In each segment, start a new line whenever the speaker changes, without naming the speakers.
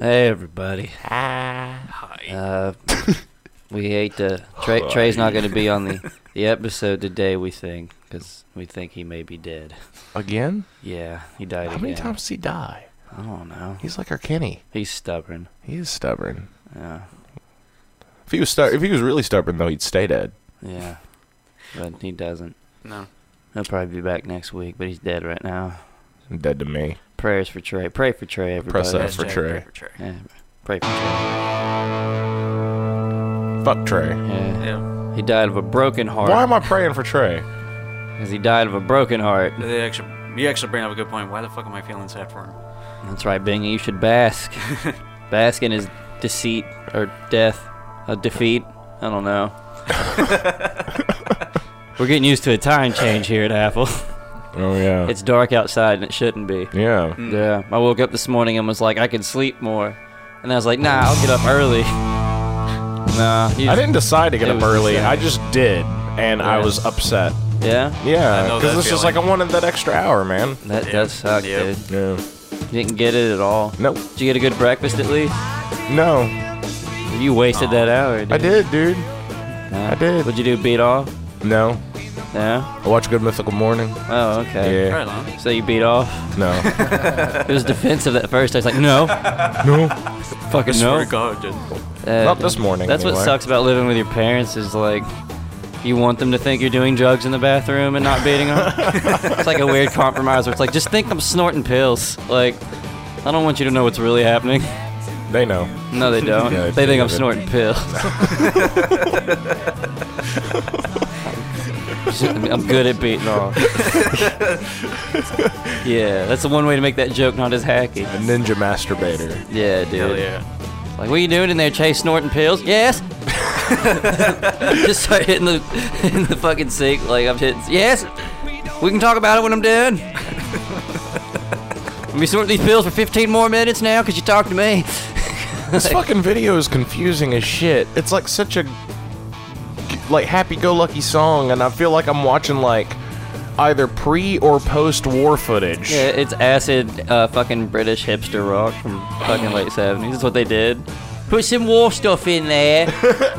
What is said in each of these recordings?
Hey everybody.
Hi.
Uh, we hate to. Trey, Trey's not going to be on the, the episode today. We think because we think he may be dead.
Again?
Yeah, he died
How
again.
many times does he die?
I don't know.
He's like our Kenny.
He's stubborn.
He is stubborn.
Yeah,
If he was stu- if he was really stubborn though, he'd stay dead.
yeah, but he doesn't.
No.
He'll probably be back next week, but he's dead right now.
Dead to me.
Prayers for Trey. Pray for Trey, everybody.
Press up.
That's
for
Jack
Trey.
Pepper Trey.
Yeah, pray for Trey.
Fuck Trey.
Yeah.
Yeah.
He died of a broken heart.
Why am I praying for Trey?
Because he died of a broken heart.
They actually, you actually bring up a good point. Why the fuck am I feeling sad for him?
That's right, Bingy. You should bask. bask in his deceit or death, a defeat. I don't know. We're getting used to a time change here at Apple.
Oh yeah.
It's dark outside and it shouldn't be.
yeah.
Yeah. I woke up this morning and was like, I can sleep more. And I was like, nah, I'll get up early. Nah. you-
I didn't decide to get
It
up
was
early.
sad.
I just did, and I
Yeah.
was upset.
Yeah?
Yeah,
I know
because
that
it's just like
feeling.
I wanted that extra hour, man.
That
Yeah.
does suck,
Yep.
dude.
Yeah.
You didn't get it at all.
Nope.
Did you get a good breakfast at least?
No,
You wasted that hour, dude.
I did, dude.
Nah.
I did.
What'd you do, beat off?
No,
Yeah?
I watch Good Mythical Morning.
Oh, okay.
Yeah.
Right on.
So you beat off?
No.
It was defensive at first. I was like, no,
no.
fucking no.
Swear to God, dude.
Uh,
Not this morning.
That's what
anyway.
sucks about living with your parents is like, you want them to think you're doing drugs in the bathroom and not beating them. it's like a weird compromise where it's like, just think I'm snorting pills. Like, I don't want you to know what's really happening.
They know.
No, they don't.
Yeah,
they think I'm
but-
snorting pills. I'm good at beating off. yeah, that's the one way to make that joke not as hacky.
A ninja masturbator.
Yeah, dude.
Hell yeah.
Like, what are you doing in there, Chase? Snorting pills? Yes. Just start hitting the hitting the fucking sink like I'm hitting. Yes. We can talk about it when I'm done. Let me snorting these pills for 15 more minutes now, cause you talked to me.
This fucking video is confusing as shit. It's like such a like happy-go-lucky song, and I feel like I'm watching like either pre or post-war footage.
Yeah, it's acid, uh, fucking British hipster rock from fucking late 70s. That's what they did. Put some war stuff in there,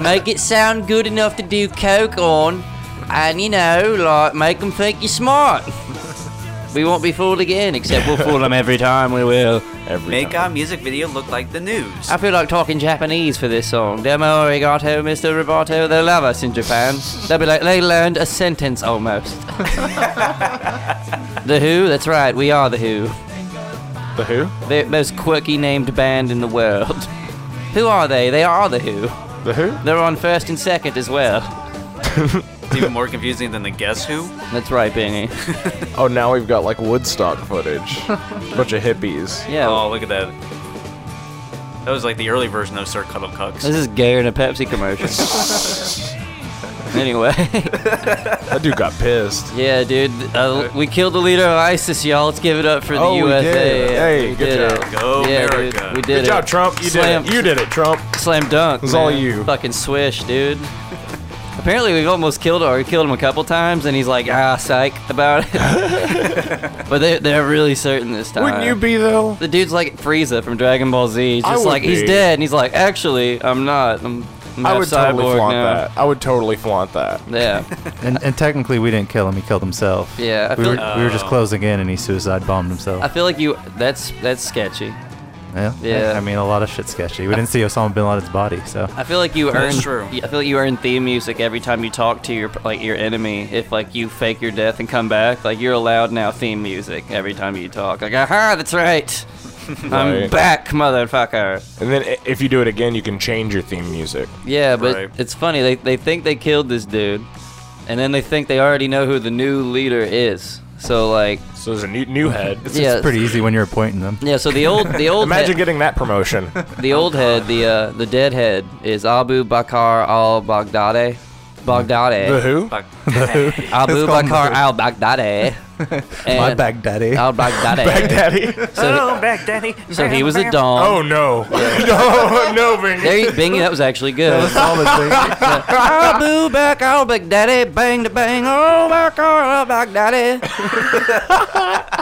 make it sound good enough to do coke on, and you know, like, make them think you're smart. We won't be fooled again, except we'll fool them every time we will.
Every
Make
time.
our music video look like the news.
I feel like talking Japanese for this song. Demo arigato, Mr. Roboto. They'll love us in Japan. They'll be like, they learned a sentence almost. the Who? That's right, we are The Who.
the Who.
The most quirky named band in the world. Who are they? They are the Who.
The Who.
They're on first and second as well.
It's even more confusing than the Guess Who.
That's right, Bingy.
Oh, now we've got like Woodstock footage. Bunch of hippies.
Yeah.
Oh, look at that. That was like the early version of Sir Cuddle Cucks.
This is gayer than a Pepsi commercial. anyway,
That dude got pissed.
yeah, dude, uh, we killed the leader of ISIS, y'all. Let's give it up for the
Oh, we
USA.
did.
Yeah,
Hey,
we
good
did
job.
It.
Go
yeah,
America.
dude, we did
Good
it.
job, Trump. You
Slam-
did it. You did it, Trump.
Slam dunk.
was all
man.
you.
Fucking swish, dude. Apparently, we've almost killed or killed him a couple times, and he's like, ah, psych about it. but they, they're really certain this time.
Wouldn't you be though?
The dude's like Frieza from Dragon Ball Z. He's
I
just
would
like, he's
be.
dead, and he's like, actually, I'm not. I'm, I'm
I
half
would
cyborg
totally flaunt
now.
that. I would totally flaunt that.
Yeah.
And, and technically, we didn't kill him. He killed himself.
Yeah, I
we
feel
were,
like-
we were just closing in, and he suicide bombed himself.
I feel like you. That's that's sketchy.
yeah.
yeah.
I mean, a lot of shit's sketchy. We didn't see Osama bin Laden's body, so
I feel like you earn.
That's true.
I feel like you earn theme music every time you talk to your like your enemy. If like you fake your death and come back, like you're allowed now theme music every time you talk. Like, aha, that's right. I'm
Right.
back, motherfucker.
And then i- if you do it again, you can change your theme music.
Yeah, but
Right.
it's funny. They, they think they killed this dude, and then they think they already know who the new leader is. So like,
So there's a new, new head. It's-
yeah,
it's pretty easy when you're appointing them.
Yeah, so the old the old
Imagine
head,
getting that promotion.
the old head the uh, the dead head is Abu Bakr al Baghdadi,
the
Baghdadi,
Who?
Fuck.
Abu
It's called
Bakr
the-
al Baghdadi.
My
And-
Baghdadi.
Oh, Baghdadi.
Daddy.
So,
oh, back, daddy.
so he was a dom.
Oh no. no, no, Bingy.
There you, Bingy, that was actually
That
good.
was all the thing.
Ah, boo, back, oh, Baghdadi, bang to bang, oh, back, oh, Baghdadi.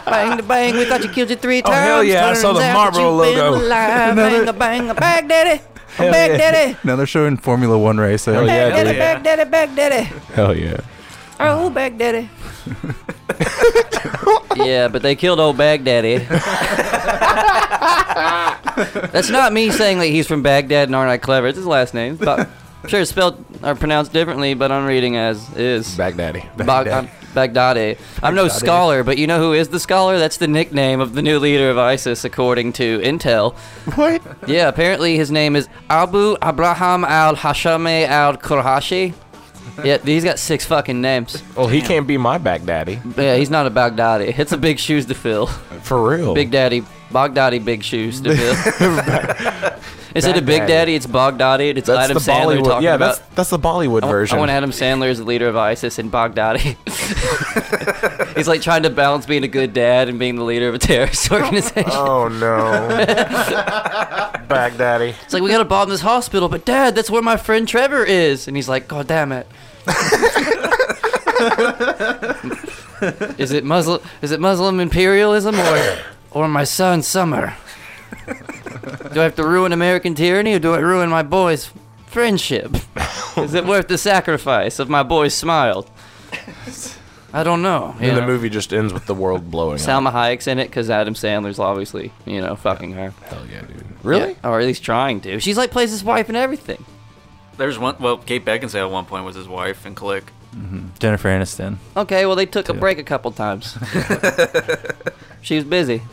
bang to bang, we thought you killed you three
Oh,
times.
hell yeah, I saw
Turns
the
out
Marlboro
that you've been
logo.
alive. Bang to bang, oh, Baghdadi, oh, Baghdadi.
Now they're showing Formula One race.
Hell yeah.
Baghdadi,
yeah.
Baghdadi, Baghdadi.
Hell yeah.
Oh, Baghdadi. yeah, but they killed old Baghdaddy. That's not me saying that he's from Baghdad and aren't I clever. It's his last name. But I'm sure it's spelled or pronounced differently, but I'm reading as is.
Baghdaddy.
Bag- uh,
Baghdad.
Baghdadi. I'm no scholar, but you know who is the scholar? That's the nickname of the new leader of ISIS, according to Intel.
What?
Yeah, apparently his name is Abu Abraham al Hashami al Kurhashi. Yeah, he's got six fucking names.
Well, he can't be my Baghdaddy.
Yeah, he's not a Baghdadi. It's a big shoes to fill.
Oh. For real.
Big Daddy, Baghdadi, big shoes to fill. Instead of Big
Baghdadi.
Daddy, it's Baghdadi, and it's
That's
Adam
the
Sandler
Bollywood.
talking
Yeah,
about.
that's that's the Bollywood
I want,
version.
I want Adam Sandler as the leader of ISIS and Baghdadi. He's like trying to balance being a good dad and being the leader of a terrorist organization.
oh no. Baghdaddy.
It's like we gotta bomb this hospital, but Dad, that's where my friend Trevor is, and he's like, God damn it. is it Muslim? Is it Muslim imperialism or or my son Summer? do I have to ruin American tyranny or do I ruin my boy's friendship? is it worth the sacrifice of my boy's smile? I don't know. you
And the
know?
movie just ends with the world blowing up.
Salma Hayek's in it because Adam Sandler's obviously, you know, fucking her.
Hell yeah, dude. Really?
Yeah, or at least trying to. She's like plays his wife and everything.
There's one. Well, Kate Beckinsale at one point was his wife and Click.
Jennifer Aniston.
Okay, well they took a break a couple times. she was busy.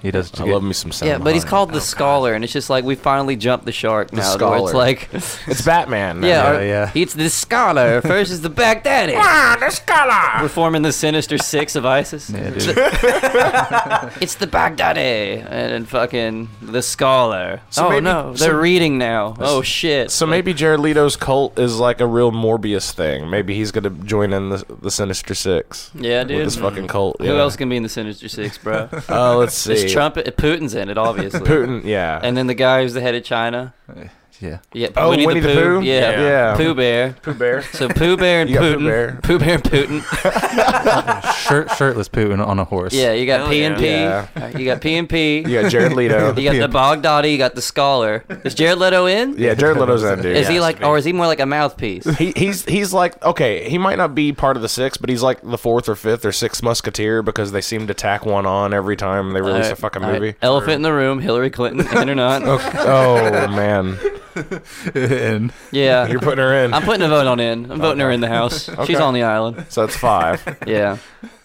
He does.
I love me some Salma.
yeah, but he's
Hayek.
called the scholar, and it's just like we finally jumped the shark now. to where
Scholar.
it's like,
It's Batman.
yeah,
Yeah,
or-
yeah.
it's the scholar versus the Baghdadi.
the scholar.
We're forming the sinister six of ISIS.
Yeah,
it's,
dude.
the, it's the Baghdadi and, then fucking the scholar.
So
oh
maybe-
no,
so-
they're reading now. Oh shit.
So maybe Jared Leto's cult is like a real Morbius thing. Maybe he's gonna join in the, the Sinister Six.
Yeah, dude. Mm.
With this fucking cult.
Who
yeah.
else can be in the sinister six, bro?
Oh, let's see.
it's Trump. Putin's in it, obviously.
Putin. Yeah.
And then the guy who's the head of China.
Yeah.
Yeah,
Oh,
Winnie, the, Pooh. Yeah.
Yeah. Yeah.
Pooh Bear.
Pooh Bear.
So Pooh Bear and
You got Pooh
Putin.
Bear.
Pooh Bear and Putin.
Shirt, shirtless Putin on a horse.
Yeah, you got
Hell
P and
yeah.
P. You got P and P.
You got Jared Leto.
You got the Baghdadi. You got the scholar. Is Jared Leto in?
yeah, Jared Leto's that dude.
Is he
has
like,
to be.
or is he more like a mouthpiece?
He, he's he's like okay. He might not be part of the six, but he's like the fourth or fifth or sixth musketeer because they seem to tack one on every time they release a fucking
All right.
movie.
Elephant in the room. Hillary Clinton. In or not?
Oh man,
and
Yeah.
you're putting her in.
I'm putting a vote on in. I'm voting her in the house. She's on the island.
so that's five.
Yeah.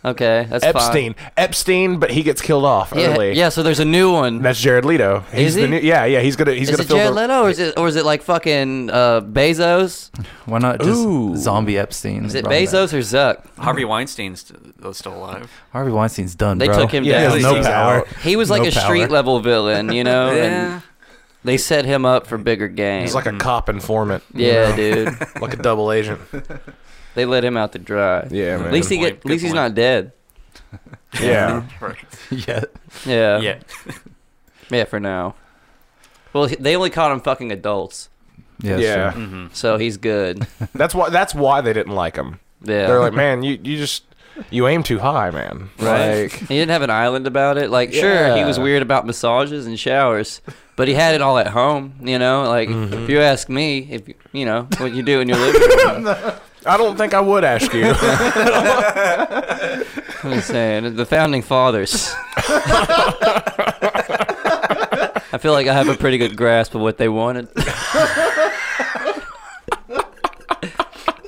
Okay. That's fine.
Epstein, Epstein, but he gets killed off
Yeah.
early.
Yeah. So there's a new one.
that's Jared Leto. He's
Is
the
he?
new, yeah, yeah. He's gonna he's
is
gonna
it
fill
Jared
the,
Leto or is it or is it like fucking uh, Bezos?
why not just
Ooh.
zombie Epstein?
Is it Bezos or Zuck?
Harvey Weinstein's st- uh, still alive.
Harvey Weinstein's done.
They
bro.
took him down.
Yeah, he has
no
He's
power.
out.
He was like
No
a
power.
street level villain, you know,
Yeah.
and they set him up for bigger gain.
He's like a cop informant.
Mm. yeah, dude.
like a double agent.
They let him out to dry.
Yeah,
At
man.
least he
Good
get. At
point,
least
good
he's
point.
not dead.
yeah.
Right.
Yeah.
Yeah.
Yeah.
Yeah. For now. Well, he- they only caught him fucking adults,
Yeah.
yeah.
sure.
Mm-hmm.
so he's good.
That's why that's why they didn't like him.
Yeah.
They're like, man, you you just you aim too high, man.
Right.
Like,
he didn't have an island about it. Like, sure, he was
Yeah.
weird about massages and showers, but he had it all at home. You know, like
Mm-hmm.
if you ask me, if you- you know what you do in your living room,
I don't think I would ask you.
I'm just saying the founding fathers. I feel like I have a pretty good grasp of what they wanted.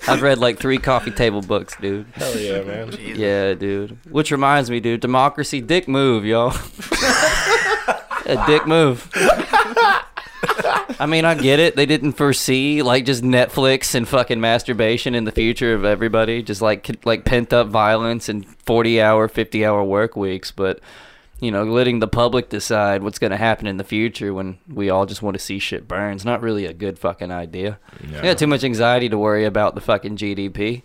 I've read like three coffee table books, dude.
Hell yeah, man.
Yeah, dude. Which reminds me, dude, democracy dick move, y'all. a dick move. I mean, I get it. They didn't foresee like just Netflix and fucking masturbation in the future of everybody, just like c- like pent up violence and 40-hour, 50-hour work weeks, but you know, letting the public decide what's going to happen in the future when we all just want to see shit burn is not really a good fucking idea. I got too much anxiety to worry about the fucking GDP.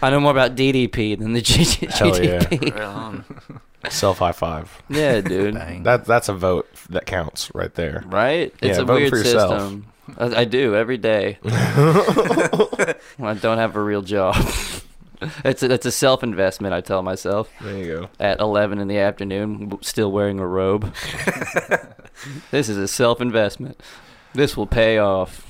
I know more about DDP than the G- G-
Hell yeah.
GDP.
Right on.
Self high five.
Yeah, dude.
Bang.
That that's a vote that counts right there.
Right? It's
Yeah,
a
vote
weird
for yourself.
system. I, I do every day. when I don't have a real job. it's a, it's a self investment. I tell myself
There you go.
at eleven in the afternoon, w- still wearing a robe. this is a self investment. This will pay off.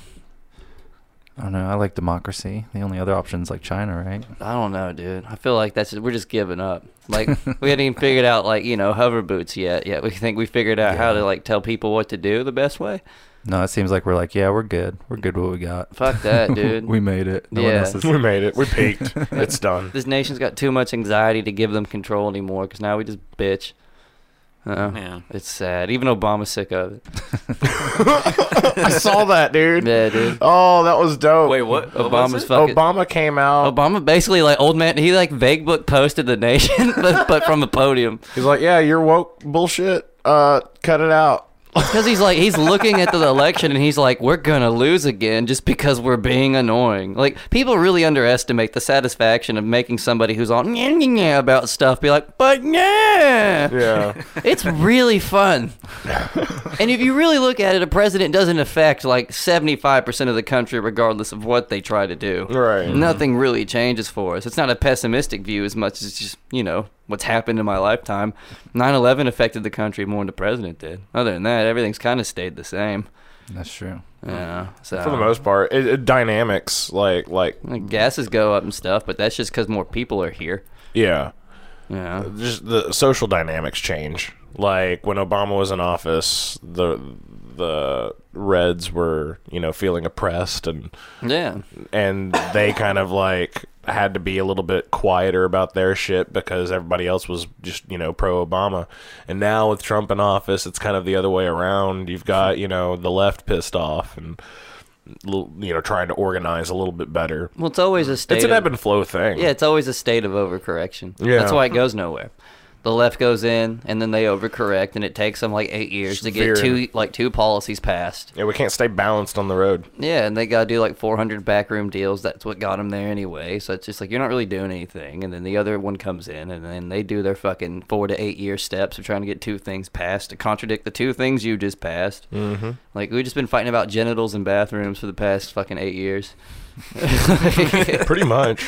I don't know. I like democracy. The only other option is like China, right?
I don't know, dude. I feel like that's we're just giving up. Like we hadn't even figured out like you know hover boots yet. Yet we think we figured out how
Yeah.
to like tell people what to do the best way.
No, it seems like we're like, yeah, we're good. We're good what we got.
Fuck that, dude.
we made it. No
Yeah.
one else is.
We made it. We peaked. it's done.
This nation's got too much anxiety to give them control anymore because now we just bitch. Uh,
Yeah.
It's sad. Even Obama's sick of it.
I saw that, dude.
Yeah, dude.
Oh, that was dope.
Wait, what? What was
Obama's
it?
fucking.
Obama came out.
Obama basically like old man. He like vague book posted the nation, but, but from a podium
He's like, yeah, you're woke bullshit. Uh, cut it out.
because he's like he's looking at the election and he's like we're gonna lose again just because we're being annoying. Like people really underestimate the satisfaction of making somebody who's all "Nyeh, nyeh, nyeh" about stuff be like, but yeah,
Yeah.
It's really fun. and if you really look at it, a president doesn't affect like 75% of the country, regardless of what they try to do.
right.
Nothing really changes for us. It's not a pessimistic view as much as just, you know, what's happened in my lifetime. 9 11 affected the country more than the president did. Other than that, everything's kind of stayed the same.
That's true.
Yeah. So.
Mm-hmm. For the most part, it, it- dynamics like like
Gases go up and stuff, but that's just because more people are here.
yeah,
Yeah.
just the social dynamics change. Like when Obama was in office, the the Reds were you know feeling oppressed and
Yeah.
and they kind of like had to be a little bit quieter about their shit because everybody else was just you know pro Obama, and now with Trump in office, it's kind of the other way around. You've got you know the left pissed off and l- you know trying to organize a little bit better.
Well, it's always a state.
It's an
of-
ebb and flow thing.
Yeah, it's always a state of overcorrection.
Yeah.
That's why it goes nowhere. The left goes in and then they overcorrect and it takes them like 8 years to get
Veering.
two like two policies passed.
Yeah, we can't stay balanced on the road.
Yeah, and they got to do like 400 backroom deals. That's what got them there anyway. So it's just like you're not really doing anything and then the other one comes in and then they do their fucking 4 to 8 year steps of trying to get two things passed to contradict the two things you just passed. Mm-hmm. Like we've just been fighting about genitals and bathrooms for the past fucking 8 years.
Pretty much.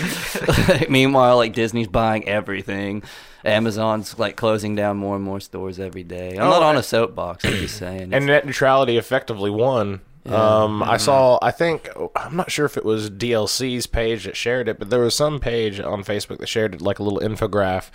Meanwhile, like Disney's buying everything. Amazon's like closing down more and more stores every day. I'm not
Oh,
on a
I-
soapbox. I'm just saying.
and
It's- Mm-hmm.
net neutrality effectively won. Um, I saw, I think, I'm not sure if it was DLC's page that shared it, but there was some page on Facebook that shared it, like a little infograph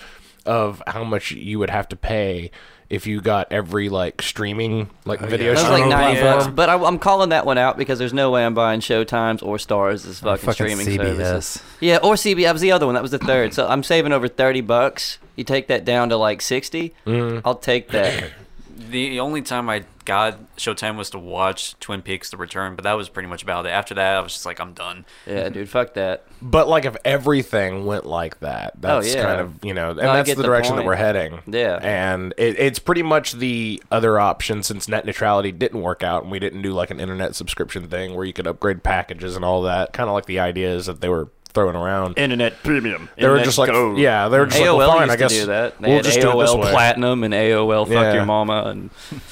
of how much you would have to pay if you got every like streaming, like video
Oh, that was
streaming
like ninety
platform.
bucks, but I, I'm calling that one out because there's no way I'm buying Showtimes or Stars as
Oh,
fucking,
fucking
streaming
CBS.
services. Yeah, or CBS. That was the other one. That was the third. So I'm saving over thirty bucks. You take that down to like sixty.
Mm.
I'll take that.
The only time I got Showtime was to watch Twin Peaks: The Return, but that was pretty much about it. After that, I was just like, I'm done.
Yeah, dude, fuck that.
But like if everything went like that, that's
Oh, yeah.
kind of you know, and
I
that's
get
the
the
direction that
point.
we're heading.
Yeah.
and it, it's pretty much the other option since net neutrality didn't work out, and we didn't do like an internet subscription thing where you could upgrade packages and all that. Kind of like the ideas that they were throwing around.
Internet premium.
they were just like, yeah, they were just
AOL
like, well, fine,
used
I guess
to do that. They
we'll
had
just do it this
AOL
way.
Platinum and AOL Fuck
Yeah.
Your Mama and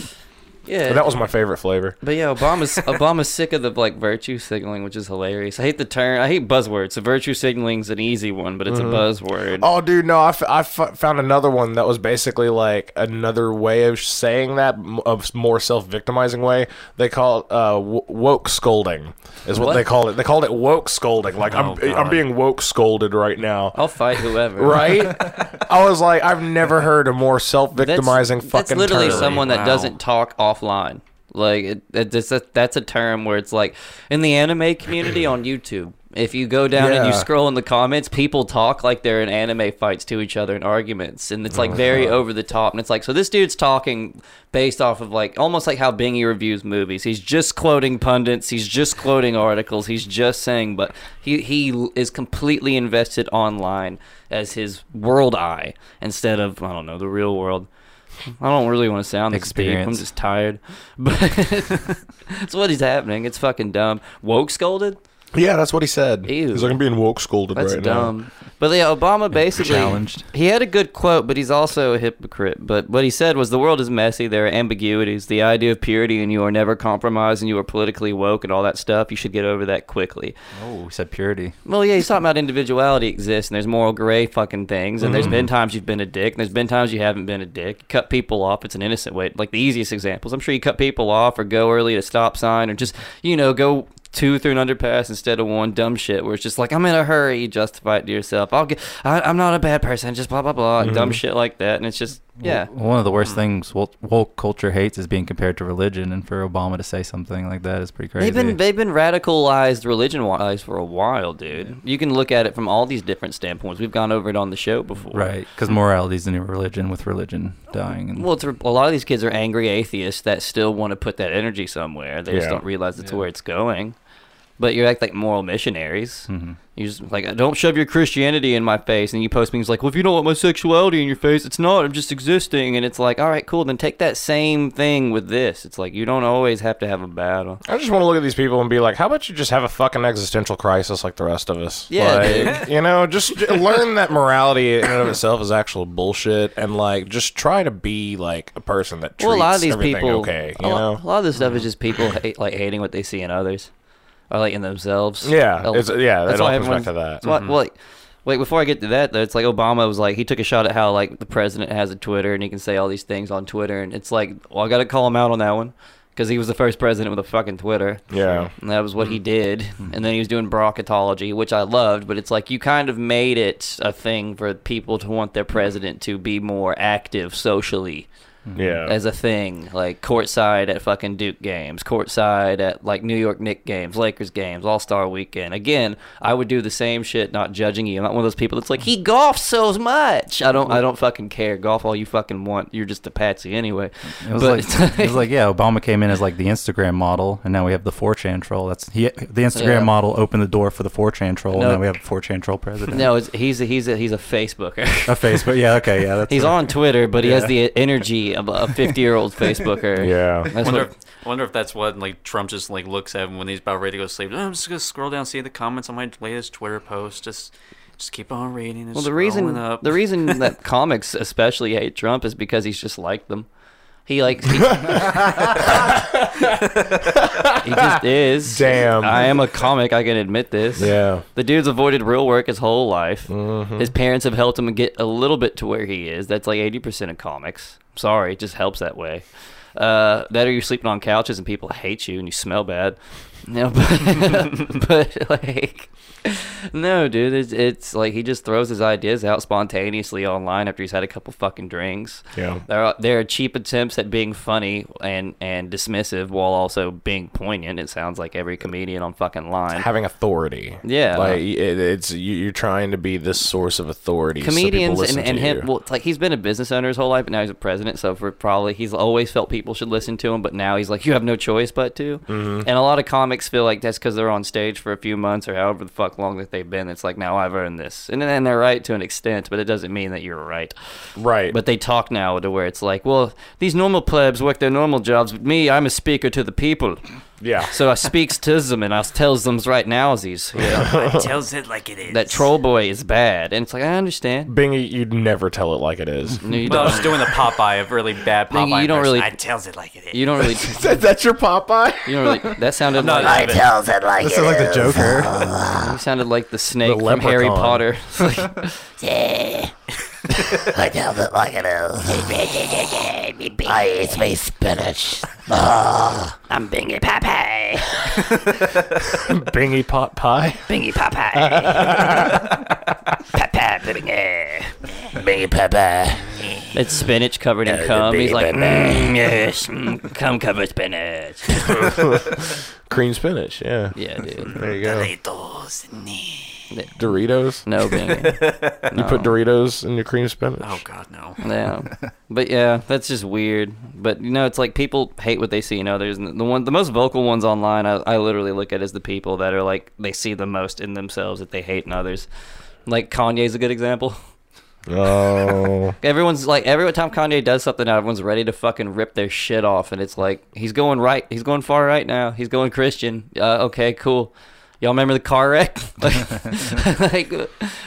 yeah.
But that was my favorite flavor.
But yeah, Obama's Obama's sick of the like virtue signaling, which is hilarious. I hate the term. I hate buzzwords. So virtue signaling's an easy one, but it's a buzzword.
Oh, dude, no, I, f- I f- found another one that was basically like another way of saying that, m- of more self victimizing way. They call it uh, w- woke scolding, is what,
What?
they call it. They called it woke scolding. Like,
Oh,
I'm, I'm
God.
being woke scolded right now.
I'll fight whoever.
Right? I was like, I've never heard a more self
That's-
victimizing
That's
fucking
literally
term.
someone that
Wow.
doesn't talk offline. Like it, it, that's a, that's a term where it's like in the anime community on YouTube. If you go down and you
Yeah.
scroll in the comments, people talk like they're in anime fights to each other in arguments, and it's like
Oh,
very over the top. And it's like, so this dude's talking based off of like almost like how Bingy reviews movies. He's just quoting pundits. He's just quoting articles. He's just saying, but he he is completely invested online as his world eye instead of I don't know the real world. I don't really want to sound this deep. I'm
Experience.
just tired. But it's what is happening. It's fucking dumb. Woke scolded?
Yeah, that's what he said.
Ew.
He's like, I'm being woke scolded
That's
right
dumb.
now.
But yeah, Obama basically
Challenged.
He had a good quote, but he's also a hypocrite. But what he said was, "The world is messy. There are ambiguities. The idea of purity, and you are never compromised, and you are politically woke, and all that stuff. You should get over that quickly."
Oh, we said purity.
Well, yeah, he's talking about individuality exists, and there's moral gray fucking things, and
Mm-hmm.
there's been times you've been a dick, and there's been times you haven't been a dick. You cut people off; it's an innocent way. Like the easiest examples, I'm sure you cut people off, or go early at a stop sign, or just you know go two through an underpass instead of one. Dumb shit where it's just like I'm in a hurry. You justify it to yourself. I'll get. I, I'm not a bad person. Just blah blah blah. and Dumb shit like that, and it's just yeah.
Mm-hmm.
Hmm.
Well, One of the worst things woke, woke culture hates is being compared to religion, and for Obama to say something like that is pretty crazy.
They've been they've been radicalized religion wise for a while, dude. You can look at it from all these different standpoints. We've gone over it on the show before,
right because morality is the new religion, with religion dying. And,
Hmm. Well, it's, a lot of these kids are angry atheists that still want to put that energy somewhere. They just
Yeah.
don't realize it's
Yeah.
where it's going. But you act like moral missionaries.
Mhm.
You just like don't shove your Christianity in my face, and you post things like, "Well, if you don't want my sexuality in your face, it's not. I'm just existing." And it's like, all right, cool. Then take that same thing with this. It's like you don't always have to have a battle.
I just want to look at these people and be like, how about you just have a fucking existential crisis like the rest of us?
Yeah,
Like, you know, just j- learn that morality in and of itself is actual bullshit, and like, just try to be like a person that treats
well, a lot of these
everything
people,
okay.
a,
You
lot,
know,
a lot of this stuff is just people hate, like hating what they see in others, or like in themselves.
Yeah,
They'll-
it's- yeah, it all comes back
everyone's-
to that. Mm-hmm.
that's why- well, like, wait, before I get to that, though, it's like Obama was like he took a shot at how like the president has a Twitter and he can say all these things on Twitter, and it's like, well, I got to call him out on that one because he was the first president with a fucking Twitter.
yeah. Mm-hmm.
And that was what he did. And then he was doing bracketology, which I loved, but it's like you kind of made it a thing for people to want their president to be more active socially
Oh.
Yeah.
as a thing, like courtside at fucking Duke games, courtside at like New York Knicks games, Lakers games, All Star Weekend. Again, I would do the same shit, not judging you. I'm not one of those people that's like, he golfs so much. I don't, I don't fucking care. Golf all you fucking want. You're just a patsy anyway.
It was,
But-
like, it was like, yeah, Obama came in as like the Instagram model, and now we have the 4chan troll. That's he, the Instagram
Yeah.
model opened the door for the 4chan
No.
troll, and now we have a 4chan troll president.
No, it's, he's a, he's a, he's a Facebooker.
a Facebook. Yeah, okay, yeah, that's
He's
right.
on Twitter, but he has
Yeah.
the energy of a 50 year old Facebooker.
yeah.
That's
wonder,
what,
if, wonder if that's what like Trump just like looks at him when he's about ready to go to sleep. "Oh, I'm just gonna scroll down, see the comments on my latest Twitter post. Just, just keep on reading. And
well, the reason
scrolling up.
the reason that comics especially hate Trump is because he's just like them. He like he, he just is.
Damn.
I am a comic. I can admit this.
Yeah.
The dude's avoided real work his whole life. His parents have helped him get a little bit to where he is. That's like 80% of comics. Sorry, it just helps that way. Uh, that or you're sleeping on couches and people hate you and you smell bad. No, but, but like, no, dude, it's, it's like he just throws his ideas out spontaneously online after he's had a couple fucking drinks.
Yeah.
There are, there are cheap attempts at being funny and, and dismissive while also being poignant. It sounds like every comedian on fucking line.
Having authority.
Yeah.
Like it, it's you, you're trying to be this source of authority. so people
comedians
listen
and, and
to
him
you.
well it's like he's been a business owner his whole life but now he's a president so for probably he's always felt people should listen to him but now he's like you have no choice but to
Mm-hmm.
and a lot of comics feel like that's because they're on stage for a few months or however the fuck long that they've been it's like now i've earned this and then they're right to an extent but it doesn't mean that you're right
right.
but they talk now to where it's like well these normal plebs work their normal jobs but me i'm a speaker to the people
yeah.
so i speaks to them and i tells them's right nowsies
I tells it like it is.
that troll boy is bad and it's like i understand
Bingy, you'd never tell it like it is.
no, you
Well, I
don't.
was doing the Popeye of really bad
Thank you,
Popeye.
you don't
impression.
really-
I tells it like it is.
You don't really.
That- That's your Popeye.
You don't really. That sounded
No,
like.
it's-
This is like the Joker.
You sounded like the snake
The
from Harry
leprechaun.
Potter. It's like,
Eh. I don't look like it is. I eat my spinach. Ah, I'm Bingy Popeye.
Bingy pot pie.
Bingy Popeye. Popeye Bingy. Bingy Popeye.
it's spinach covered in cum. He's like, mm, yes, mm, cum covered spinach.
Cream spinach. Yeah.
Yeah, dude.
There you go.
Doritos.
Doritos.
No, Bingy.
You put Doritos in your cream spinach.
Oh God, no.
Yeah, but yeah, that's just weird. But you know, it's like people hate what they see in others, and the one, the most vocal ones online, I, I literally look at as the people that are like they see the most in themselves that they hate in others. Like Kanye's a good example.
Oh.
Everyone's like every time Kanye does something now, everyone's ready to fucking rip their shit off, and it's like he's going right, he's going far right now, he's going Christian. Uh, okay, cool. y'all remember the car wreck? like, like,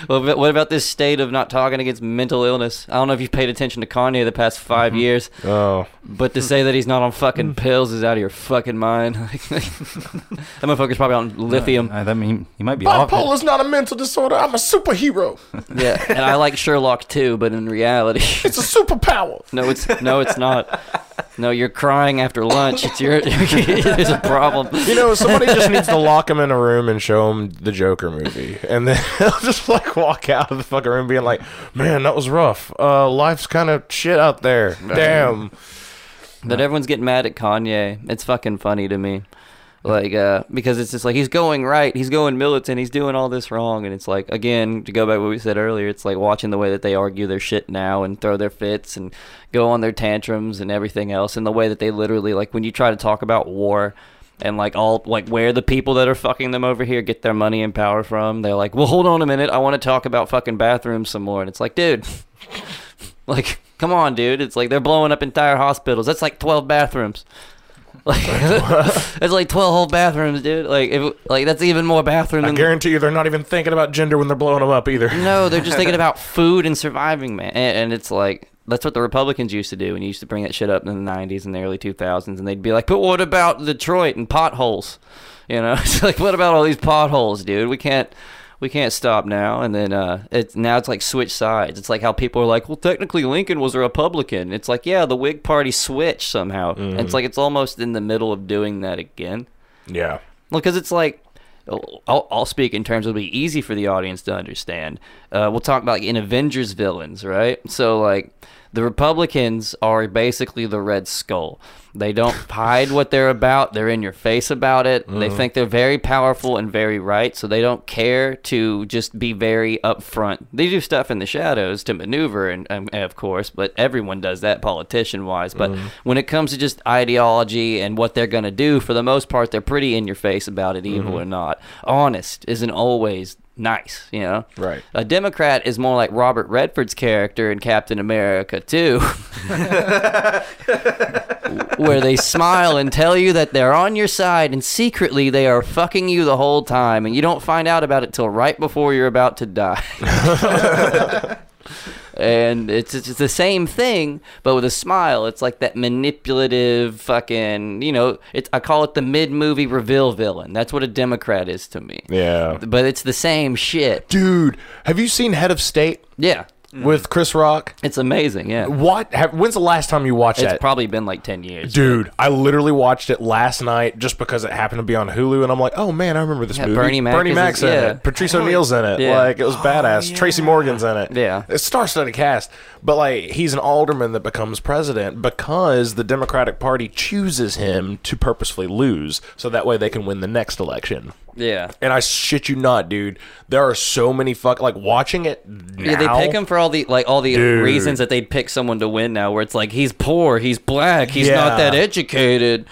well, but what about this state of not talking against mental illness? I don't know if you've paid attention to Kanye the past five years,
Oh,
but to say that he's not on fucking pills is out of your fucking mind. Like, that motherfucker's probably on lithium.
Uh, that mean he might be off.
bipolar is not a mental disorder. I'm a superhero.
Yeah, and I like Sherlock too, but in reality,
It's a superpower.
no, it's no, it's not. No, you're crying after lunch. It's your. there's a problem.
You know, somebody just needs to lock him in a room and show him the Joker movie, and then he'll just like walk out of the fucking room being like, "Man, that was rough. Uh, life's kind of shit out there. Damn."
But everyone's getting mad at Kanye. It's fucking funny to me. Like, uh, because it's just like he's going right, he's going militant, he's doing all this wrong, and it's like again to go back to what we said earlier. It's like watching the way that they argue their shit now and throw their fits and go on their tantrums and everything else, and the way that they literally like when you try to talk about war and like all like where the people that are fucking them over here get their money and power from. They're like, well, hold on a minute, I want to talk about fucking bathrooms some more, and it's like, dude. Like, come on, dude. It's like they're blowing up entire hospitals. That's like 12 bathrooms. Like, that's like 12 whole bathrooms, dude. Like, if, like that's even more bathroom
I
than.
guarantee you, they're not even thinking about gender when they're blowing him up either.
no, they're just thinking about food and surviving, man. And, and it's like, that's what the Republicans used to do. And you used to bring that shit up in the 90s and the early 2000s. And they'd be like, but what about Detroit and potholes? You know, it's like, what about all these potholes, dude? We can't. We can't stop now, and then uh, it's now it's like switch sides. It's like how people are like, well, technically Lincoln was a Republican. It's like, yeah, the Whig Party switched somehow. It's like it's almost in the middle of doing that again.
Yeah.
Well, because it's like, oh, I'll, I'll speak in terms that'll be easy for the audience to understand. Uh, we'll talk about like, in Avengers villains, right? So like, the Republicans are basically the Red Skull. They don't hide what they're about. They're in your face about it. They think they're very powerful and very right, so they don't care to just be very upfront. They do stuff in the shadows to maneuver, and, and of course, but everyone does that politician wise. But when it comes to just ideology and what they're going to do, for the most part, they're pretty in your face about it, evil or not. Honest isn't always nice, you know?
Right.
A Democrat is more like Robert Redford's character in Captain America too, where they smile and tell you that they're on your side and secretly they are fucking you the whole time and you don't find out about it till right before you're about to die. and it's, it's the same thing, but with a smile. It's like that manipulative fucking, you know, it's, I call it the mid movie reveal villain. That's what a Democrat is to me.
Yeah.
But it's the same shit.
Dude, have you seen Head of State
Yeah.
with Chris Rock?
It's amazing, yeah.
What? Have, when's the last time you watched
It's
that?
probably been like 10 years.
Dude, I literally watched it last night just because it happened to be on Hulu, and I'm like, oh man, I remember this
Yeah,
movie.
Bernie Mac
Bernie
is-
Mac's in
yeah.
it. Patrice O'Neill's in it.
Yeah.
Like it was badass. Tracy Morgan's in it.
Yeah.
it's star-studded cast. But like, he's an alderman that becomes president because the Democratic Party chooses him to purposefully lose, so that way they can win the next election.
Yeah.
And I shit you not, dude. There are so many fuck like watching it now.
Yeah, they pick him for all the like all the
Dude.
reasons that they'd pick someone to win now, where it's like he's poor, he's black, he's not
Yeah.
that educated,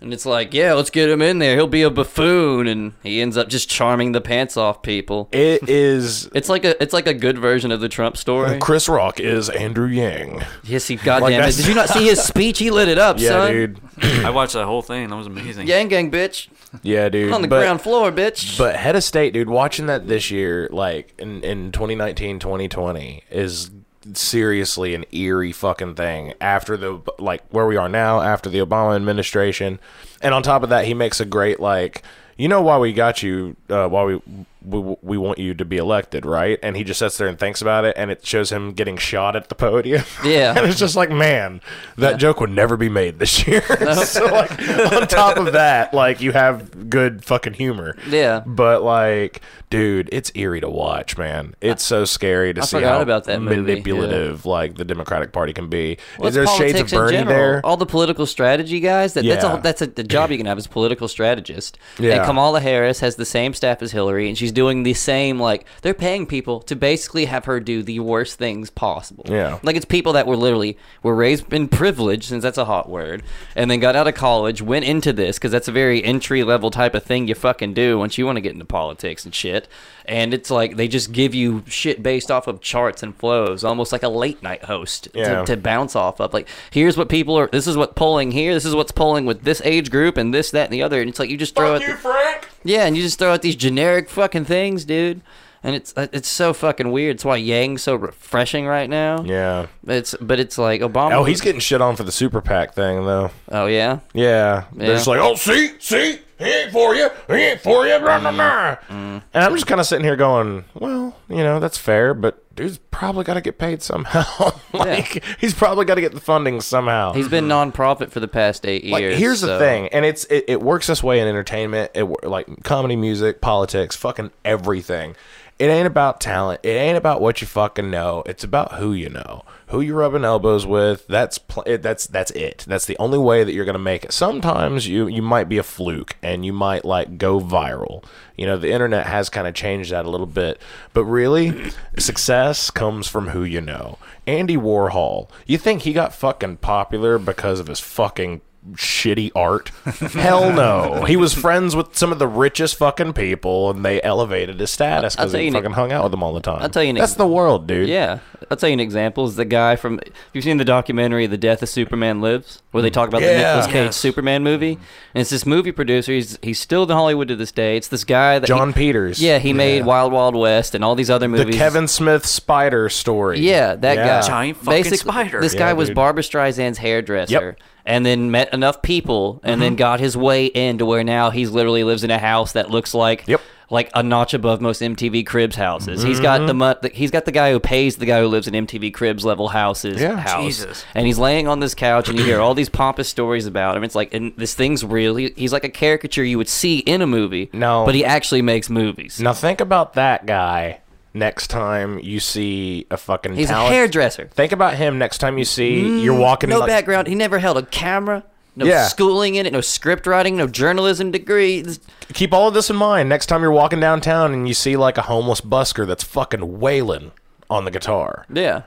and it's like yeah, let's get him in there. He'll be a buffoon, and he ends up just charming the pants off people.
It is
It's like a it's like a good version of the Trump story.
Chris Rock is Andrew Yang.
Yes, he goddamn it.
that's-
Did you not see his speech? He lit it up,
Yeah,
son.
dude.
I watched that whole thing. That was amazing.
Yang gang, bitch.
Yeah, dude.
On the
But-
ground floor, bitch.
But head of state, dude, watching that this year, like in, in 2019, 2020, is seriously an eerie fucking thing after the, like, where we are now, after the Obama administration. And on top of that, he makes a great, like, you know why we got you, uh, why we, we we want you to be elected, right? And he just sits there and thinks about it, and it shows him getting shot at the podium.
Yeah.
and it's just like, man, that joke would never be made this year. so like, on top of that, like, you have good fucking humor.
yeah.
But like, dude, it's eerie to watch, man. It's so scary to see
forgot
how
about that movie,
manipulative like the Democratic Party can be.
Well,
Is
it's
there shades of
politics in
Bernie
general.
there?
All the political strategy guys. That, That's
Yeah.
all. That's a, the job you can have as a political strategist. And
Yeah.
Kamala Harris has the same staff as Hillary, and she's doing the same. Like they're paying people to basically have her do the worst things possible.
Yeah.
Like it's people that were literally were raised in privilege, since that's a hot word, and then got out of college, went into this because that's a very entry level type of thing you fucking do once you want to get into politics and shit. And it's like they just give you shit based off of charts and flows, almost like a late night host to-
Yeah.
to, bounce off of. Like here's what people are. This is what polling here. This is what's polling with this age group and this, that, and the other. And it's like you just throw it.
Frank.
Yeah, and you just throw out these generic fucking things, dude. And it's uh, it's so fucking weird. It's why Yang's so refreshing right now.
Yeah.
It's but it's like Obama.
Oh, he's getting shit on for the super PAC thing though.
Oh yeah.
Yeah. They're just like, oh, see, see, he ain't for you, he ain't for you, blah, blah, blah. And I'm just kind of sitting here going, well, you know, that's fair, but dude's probably got to get paid somehow. like, he's probably got to get the funding somehow.
He's been non-profit for the past eight years.
Mm-hmm. like, here's the
so-
thing, and it's it, it works this way in entertainment, it wor- like comedy, music, politics, fucking everything. It ain't about talent. It ain't about what you fucking know. It's about who you know, who you're rubbing elbows with. That's pl- it, that's that's it. That's the only way that you're gonna make it. Sometimes you you might be a fluke and you might like go viral. You know the internet has kind of changed that a little bit, but really, success comes from who you know. Andy Warhol. You think he got fucking popular because of his fucking shitty art? Hell no. He was friends with some of the richest fucking people, and they elevated his status
I'll
because
tell
he
you an-
fucking hung out with them all the time. I'll
tell you an
That's
ex-
the world, dude.
Yeah, I'll tell you an example. Is the guy from if you've seen the documentary "The Death of Superman Lives," where they talk about the
Yeah.
Nicolas Cage
Yes.
Superman movie, and it's this movie producer. He's he's still in Hollywood to this day. It's this guy that
John
he-
Peters.
Yeah, he made
Yeah.
Wild Wild West and all these other
The
movies.
Kevin Smith spider story.
Yeah, that guy.
Giant fucking spider.
This
Yeah,
guy was
dude.
Barbara Streisand's hairdresser.
Yep. Mm-hmm.
And then met enough people, and then got his way in to where now he's literally lives in a house that looks like
Yep.
like a notch above most MTV Cribs houses. He's
Mm-hmm.
got the mu- the- he's got the guy who pays the guy who lives in MTV Cribs level houses
Yeah.
house.
Jesus.
And he's laying on this couch, and you hear all these pompous stories about him. It's like and this thing's real. He, he's like a caricature you would see in a movie.
No.
but he actually makes movies.
Now think about that guy next time you see a fucking
he's
talent.
a hairdresser. Mm,
Think about him next time you see you're walking
no
like,
background. He never held a camera. No
Yeah.
schooling in it. No script writing. No journalism degree. This-
keep all of this in mind next time you're walking downtown and you see like a homeless busker that's fucking wailing on the guitar.
Yeah.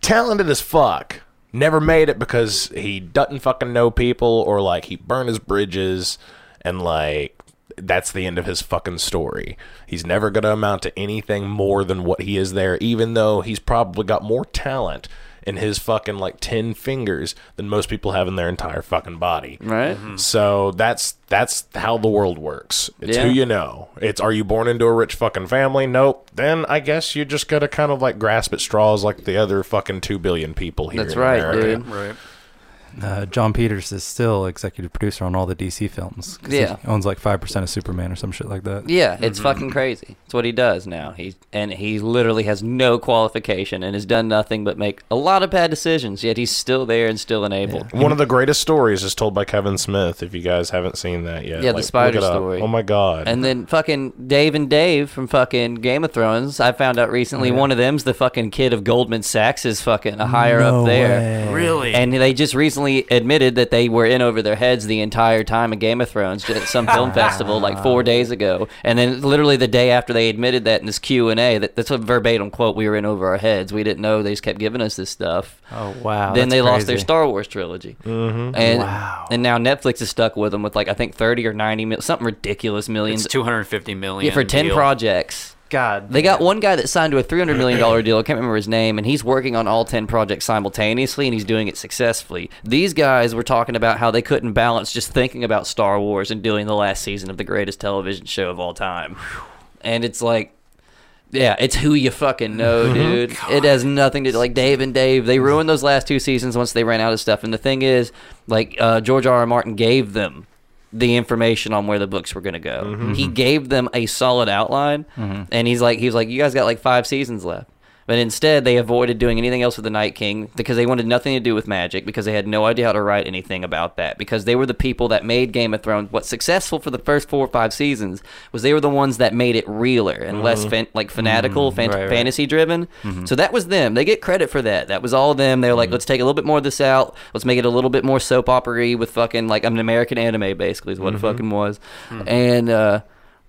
Talented as fuck. Never made it because he doesn't fucking know people or like he burned his bridges and like that's the end of his fucking story. He's never going to amount to anything more than what he is there, even though he's probably got more talent in his fucking like 10 fingers than most people have in their entire fucking body.
Right.
Mm-hmm. So that's that's how the world works. It's who
Yeah.
you know. It's are you born into a rich fucking family? Nope. Then I guess you just gotta kind of like grasp at straws like the other fucking two billion people here.
That's
in
right,
America.
dude.
Right.
Uh, John Peters is still executive producer on all the DC films. 'cause
Yeah.
he owns like five percent of Superman or some shit like that.
Yeah. It's
Mm-hmm.
fucking crazy. It's what he does now. He and he literally has no qualification and has done nothing but make a lot of bad decisions. Yet he's still there and still enabled.
One of the greatest stories is told by Kevin Smith. If you guys haven't seen that yet,
Yeah, the
look
spider
it up.
story.
Oh my god!
And then fucking Dave and Dave from fucking Game of Thrones. I found out recently
Oh,
one of them's the fucking kid of Goldman Sachs is fucking a higher up there.
Really?
And they just recently admitted that they were in over their heads the entire time of Game of Thrones at some film festival like four days ago. And then literally the day after they admitted that in this Q and A, that that's a verbatim quote. We were in over our heads. We didn't know. They just kept giving us this stuff.
Oh wow.
then
that's
they lost their
crazy.
Star Wars trilogy, mm-hmm. and and now Netflix is stuck with them with like I think thirty or ninety mil, something ridiculous millions
it's 250 million
yeah, for ten
deal.
projects.
God.
They got one guy that signed to a three hundred million dollar deal. I can't remember his name, and he's working on all ten projects simultaneously, and he's doing it successfully. These guys were talking about how they couldn't balance just thinking about Star Wars and doing the last season of the greatest television show of all time, and it's like. Yeah, it's who you fucking know, dude. It has nothing to do. Like Dave and Dave, they ruined those last two seasons once they ran out of stuff. And the thing is, like uh, George R. R. Martin gave them the information on where the books were going to go. He gave them a solid outline,
Mm-hmm.
and he's like, he was like, you guys got like five seasons left. But instead, they avoided doing anything else with the Night King because they wanted nothing to do with magic because they had no idea how to write anything about that because they were the people that made Game of Thrones what's successful for the first four or five seasons was they were the ones that made it realer and less fan- like fanatical, fan-
Mm-hmm. right, Mm-hmm. right.
fantasy driven. So that was them. They get credit for that. That was all them. They were like, let's take a little bit more of this out. Let's make it a little bit more soap opery with fucking like an American anime basically is what it fucking was. And uh,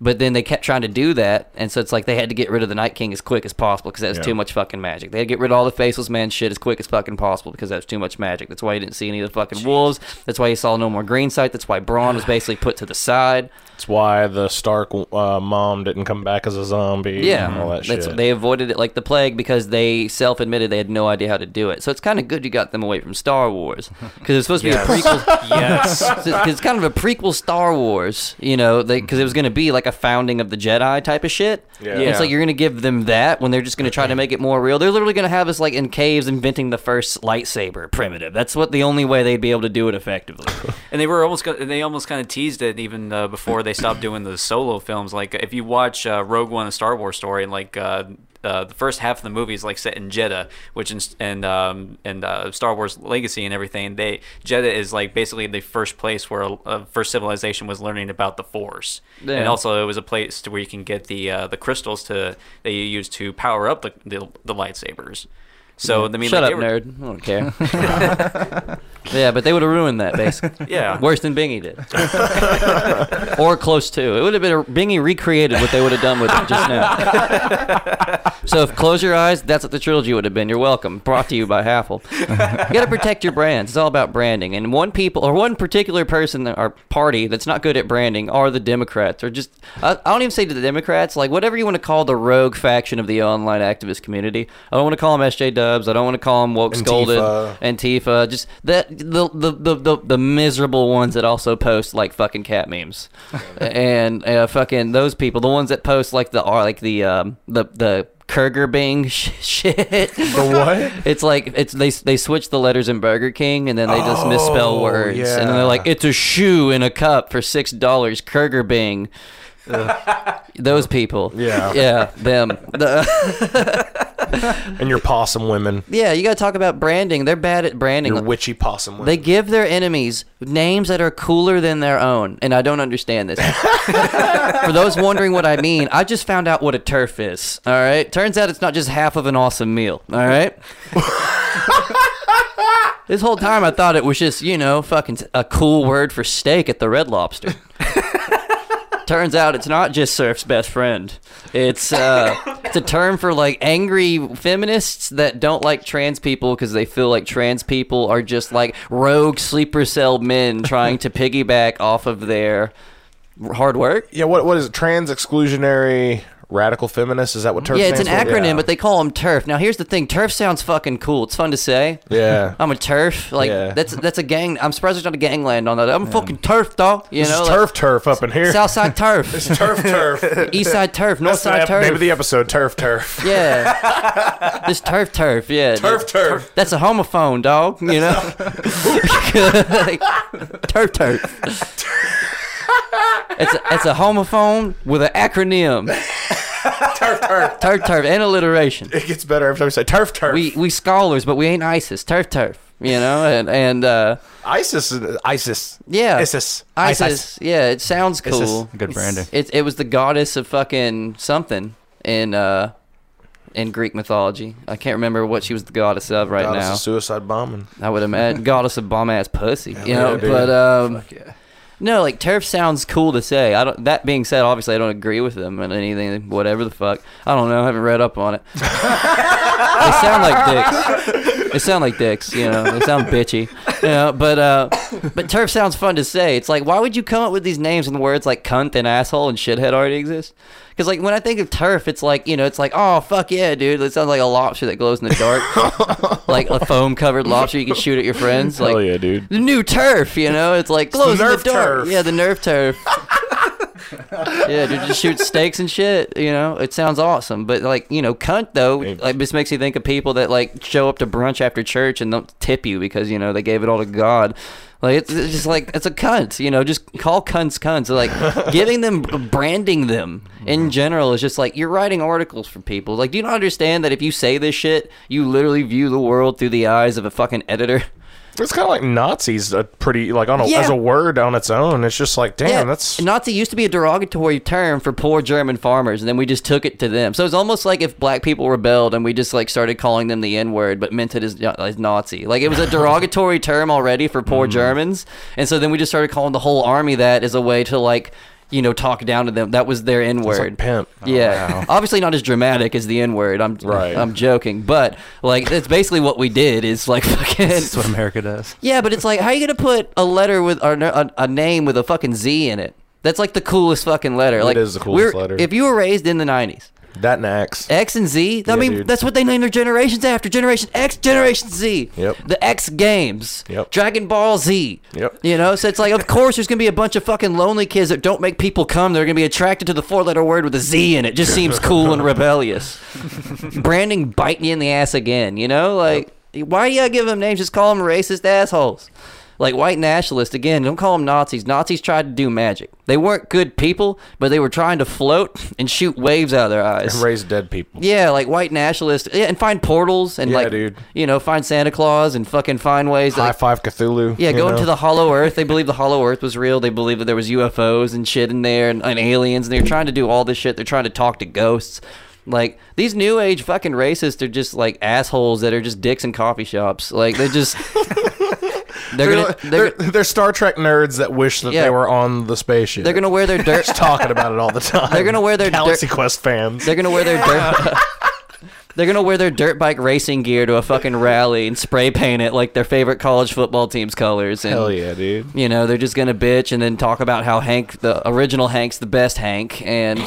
but then they kept trying to do that, and so it's like they had to get rid of the Night King as quick as possible because that was
Yeah.
too much fucking magic. They had to get rid of all the faceless man shit as quick as fucking possible because that was too much magic. That's why you didn't see any of the fucking wolves. That's why you saw no more green sight. That's why Braun was basically put to the side.
That's why the Stark uh, mom didn't come back as a zombie.
Yeah,
and all that
that's-
shit.
They avoided it like the plague because they self-admitted they had no idea how to do it. So it's kind of good you got them away from Star Wars because it's supposed to be a prequel.
Yes.
Cause it's kind of a prequel Star Wars, you know, because it was going to be like like a founding of the Jedi type of shit.
Yeah.
And It's
Yeah.
like you're gonna give them that when they're just gonna try to make it more real. They're literally gonna have us like in caves inventing the first lightsaber primitive. That's what the only way they'd be able to do it effectively.
And they were almost go- they almost kind of teased it even uh, before they stopped doing the solo films. Like if you watch uh, Rogue One, a Star Wars story, like. Uh, uh, the first half of the movie is like set in Jeddah, which in, and um, and uh, Star Wars Legacy and everything. They Jeddah is like basically the first place where a, a first civilization was learning about the Force, and
Yeah.
also it was a place to where you can get the uh, the crystals to that you use to power up the the, the lightsabers. So I mean,
Shut
like,
up,
they were-
nerd. I don't care. yeah, but they would have ruined that basically.
Yeah.
Worse than Bingy did. or close to. It would have been a, Bingy recreated what they would have done with it just now. so if close your eyes, that's what the trilogy would have been. You're welcome. Brought to you by Halfle. you got to protect your brands. It's all about branding. And one people or one particular person that- or party that's not good at branding are the Democrats or just I, I don't even say to the Democrats like whatever you want to call the rogue faction of the online activist community. I don't want to call them SJ Dubs. I don't want to call them woke scolded
Antifa.
Antifa, just that the the, the the the miserable ones that also post like fucking cat memes, and uh, fucking those people, the ones that post like the are like the um the the Kurger Bing sh- shit.
The what?
It's like it's they they switch the letters in Burger King and then they just misspell
Oh,
words and then
yeah.
they're like it's a shoe in a cup for six dollars Kurger Bing. Those people,
Yeah.
yeah, them. The-
And your possum women.
yeah, you gotta talk about branding. They're bad at branding.
Your witchy possum women.
They give their enemies names that are cooler than their own, and I don't understand this. For those wondering what I mean, I just found out what a turf is. All right, turns out it's not just half of an awesome meal. All right. this whole time I thought it was just you know fucking a cool word for steak at the Red Lobster. Turns out it's not just Surf's best friend. It's uh, it's a term for like angry feminists that don't like trans people because they feel like trans people are just like rogue sleeper cell men trying to piggyback off of their hard work.
yeah, what what is it? Trans exclusionary radical feminist? Is that what TERF
Yeah, it's an
stands for?
acronym,
Yeah.
but they call them TERF. Now here's the thing: TERF sounds fucking cool. It's fun to say.
Yeah.
I'm a TERF. Like
Yeah.
that's that's a gang. I'm surprised there's not a gangland on that. I'm a fucking TERF, dog. You
This
know,
is
like,
turf turf up in here.
Southside TERF,
turf turf.
East Side TERF, North Side TERF.
Name of the episode, turf turf.
Yeah. this turf turf, yeah.
Turf turf.
That's a homophone, dog, you know? Like, turf turf. It's a, it's a homophone with an acronym.
Turf turf.
Turf turf and alliteration.
It gets better every time you say turf turf.
We we scholars, but we ain't ISIS. Turf turf, you know? And and uh
ISIS is- ISIS.
yeah.
ISIS.
ISIS. Yeah, it sounds cool.
Good branding.
It it was the goddess of fucking something in uh in Greek mythology. I can't remember what she was the goddess of right
God, it's
now.
a suicide bombing.
I would imagine goddess of bomb ass pussy, you
yeah,
know.
dude.
but um, no, like turf sounds cool to say. I don't. That being said, obviously I don't agree with them and anything, whatever the fuck. I don't know. I haven't read up on it. they sound like dicks. They sound like dicks. You know. They sound bitchy. You know. But uh, but turf sounds fun to say. It's like why would you come up with these names when words like cunt and asshole and shithead already exist? Because like when I think of turf, it's like you know, it's like oh fuck yeah, dude. It sounds like a lobster that glows in the dark, like a foam covered lobster you can shoot at your friends. Like
Hell yeah, dude.
the new turf, you know? It's like close the,
Nerf
door.
turf.
Yeah, the nerf turf. yeah, dude, just shoot steaks and shit. You know, it sounds awesome, but like you know, cunt though, like this makes you think of people that like show up to brunch after church and don't tip you because you know they gave it all to God. Like it's, it's just like it's a cunt, you know. Just call cunts cunts. Like giving them, branding them
Mm-hmm.
in general is just like you're writing articles for people. Like, do you not understand that if you say this shit, you literally view the world through the eyes of a fucking editor?
It's kind of like Nazis, a pretty like on a,
Yeah.
as a word on its own. It's just like, damn, that's
Nazi used to be a derogatory term for poor German farmers, and then we just took it to them. So it's almost like if black people rebelled and we just like started calling them the N word, but meant it as, uh, as Nazi. Like it was a derogatory term already for
Mm-hmm.
poor Germans, and so then we just started calling the whole army that as a way to like. You know, talk down to them. That was their N
it's
word.
like pimp.
Yeah, obviously not as dramatic as the N word. I'm
Right.
I'm joking, but like that's basically what we did. Is like fucking
That's what America does.
yeah, but it's like, how are you gonna put a letter with or no- a, a name with a fucking Z in it? That's like the coolest fucking letter. Like
is the coolest
we're-
letter.
If you were raised in the '90s
That and Axe.
X and Z. I
Yeah,
mean,
dude.
that's what they name their generations after. Generation X, Generation Z.
Yep.
The X Games.
Yep.
Dragon Ball Z.
Yep.
You know, so it's like, of course, there's gonna be a bunch of fucking lonely kids that don't make people come. They're gonna be attracted to the four-letter word with a Z in it. Just seems cool and rebellious. Branding biting you in the ass again. You know, like why do y'all give them names? Just call them racist assholes. Like white nationalists again. Don't call them Nazis. Nazis tried to do magic. They weren't good people, but they were trying to float and shoot waves out of their eyes.
And raise dead people.
Yeah, like white nationalists, yeah, and find portals and
Yeah,
like
dude.
you know find Santa Claus and fucking find ways. That,
High
like,
five Cthulhu.
yeah,
you
go
know?
into the Hollow Earth. They believe the Hollow Earth was real. They believe that there was UFOs and shit in there and, and aliens. And they're trying to do all this shit. They're trying to talk to ghosts. Like these new age fucking racists are just like assholes that are just dicks in coffee shops. Like they're just they're
They're,
gonna
like-
they're,
they're- they're Star Trek nerds that wish that
Yeah.
they were on the spaceship.
they're gonna wear their dirt.
talking about it all the time.
They're gonna wear their
Galaxy
dirt-
Quest fans.
They're gonna wear their dirt. They're gonna wear their dirt bike racing gear to a fucking rally and spray paint it like their favorite college football team's colors. And,
Hell yeah, dude.
You know they're just gonna bitch and then talk about how Hank, the original Hank's the best Hank, and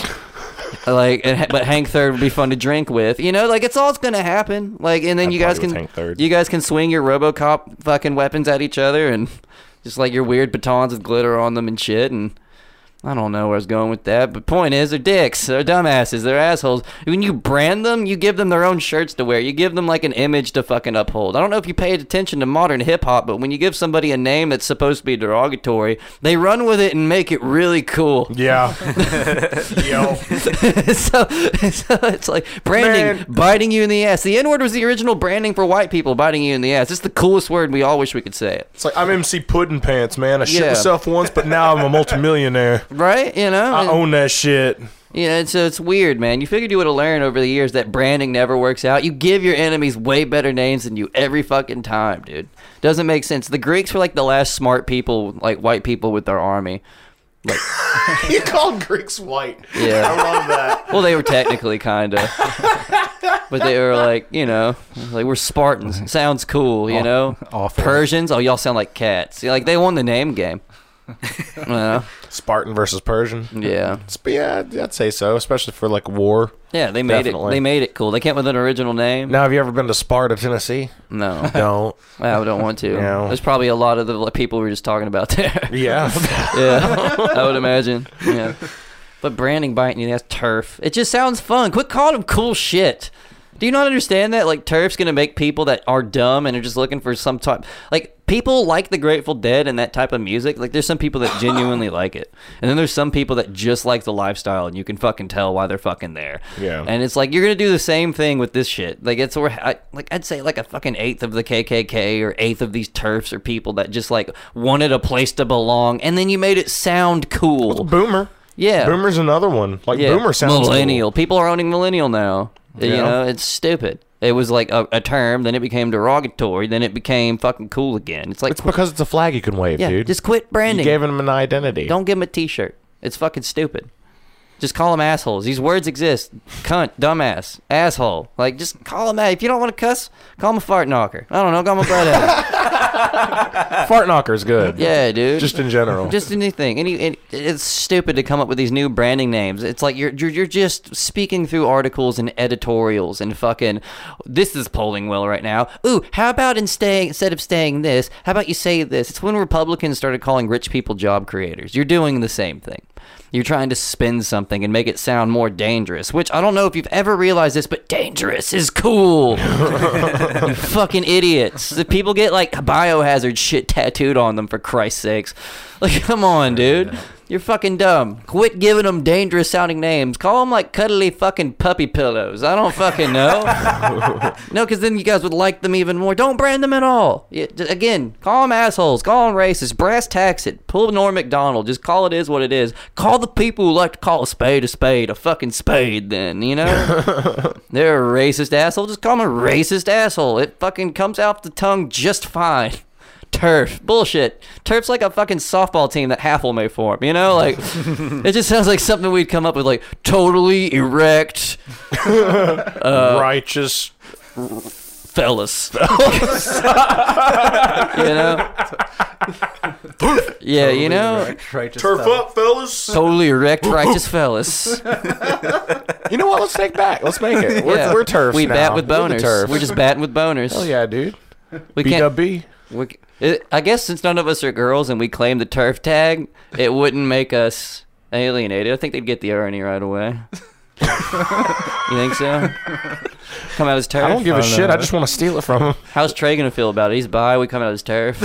like, and, but Hank Third would be fun to drink with. You know, like it's all gonna happen. Like, and then
I'd
you guys
party
can
with Hank Third.
you guys can swing your RoboCop fucking weapons at each other and just like your weird batons with glitter on them and shit and. I don't know where I was going with that, but point is, they're dicks. They're dumbasses. They're assholes. When you brand them, you give them their own shirts to wear. You give them like an image to fucking uphold. I don't know if you paid attention to modern hip hop, but when you give somebody a name that's supposed to be derogatory, they run with it and make it really cool.
Yeah. Yo.
so, so it's like branding
Man.
biting you in the ass. The N word was the original branding for white people biting you in the ass. It's the coolest word. We all wish we could say it,
It's like I'm MC Puddin' Pants, man. I shit
Yeah.
myself once, but now I'm a multimillionaire.
right? You know.
I
And-
own that shit.
You know, it's, it's weird, man. You figured you would have learned over the years that branding never works out. You give your enemies way better names than you every fucking time, dude. Doesn't make sense. The Greeks were like the last smart people, like white people with their army.
you called Greeks white.
Yeah.
love that.
well, they were technically kind of. But they were like, you know, like we're Spartans. Sounds cool, you know.
awful.
Persians, oh y'all sound like cats. Like they won the name game. You know?
Spartan versus Persian.
Yeah.
It's- Yeah, I'd- I'd say so, especially for like war.
Yeah, they made it
Definitely.
they made it cool. They came up with an original name.
Now, have you ever been to Sparta, Tennessee?
No.
No.
I don't want to.
No.
There's probably a lot of the people we were just talking about there.
Yeah.
yeah, I would imagine. Yeah. But branding biting you, that's turf. It just sounds fun. Quit calling them cool shit. Do you not understand that? Like, turf's going to make people that are dumb and are just looking for some type. Like, people like the Grateful Dead and that type of music. Like, there's some people that genuinely like it. And then there's some people that just like the lifestyle, and you can fucking tell why they're fucking there.
Yeah.
And it's like, you're going to do the same thing with this shit. Like, it's where, I, like, I'd say like a fucking eighth of the KKK or eighth of these turfs or people that just, like, wanted a place to belong. And then you made it sound cool.
Boomer.
Yeah.
Boomer's another one. Like
Yeah,
Boomer sounds cool.
millennial. People are owning millennial now. You
Yeah.
know, it's stupid. It was like a, a term, then it became derogatory, then it became fucking cool again. It's like,
It's because it's a flag you can wave,
yeah,
dude.
just quit branding.
you gave him an identity.
Don't give them a T-shirt. It's fucking stupid. Just call them assholes. These words exist. Cunt, dumbass, asshole. Like, just call them that. If you don't want to cuss, call them a fart knocker. I don't know. Call them a butt ass.
Fart knocker's good.
yeah, dude.
Just in general.
just anything. Any, it, it's stupid to come up with these new branding names. It's like you're, you're you're just speaking through articles and editorials and fucking. This is polling well right now. Ooh, how about in staying instead of staying this? How about you say this? It's when Republicans started calling rich people job creators. You're doing the same thing. You're trying to spin something and make it sound more dangerous. Which I don't know if you've ever realized this, but dangerous is cool. You fucking idiots. The people get like biohazard shit tattooed on them for Christ's sakes. Like, come on, dude. You're fucking dumb. Quit giving them dangerous sounding names. Call them like cuddly fucking puppy pillows. I don't fucking know. no, because then you guys would like them even more. Don't brand them at all. Yeah, j- again, call them assholes. Call them racist. Brass tacks it. Pull Norm McDonald. Just call it is what it is. Call the people who like to call a spade a spade a fucking spade, then, you know? They're a racist asshole. Just call them a racist asshole. It fucking comes out the tongue just fine. Turf. Bullshit. Turf's like a fucking softball team that Halfle may form, you know? Like, it just sounds like something we'd come up with, like, totally erect Uh,
Righteous.
fellas. you know? Yeah, you know,
Turf up, fellas.
totally erect, righteous fellas.
You know what? Let's take back. Let's make it. We're,
yeah.
we're turfs
We
now.
bat with
We're the
boners. We're,
turfs.
just batting with boners.
Hell yeah, dude.
we can't.
BWB.
We, c- it, I guess since none of us are girls and we claim the turf tag, it wouldn't make us alienated. I think they'd get the irony right away. you think so? Come out as turf.
I don't give a shit. I just want to steal it from him.
How's Trey gonna feel about it? He's bi. We come out as turf.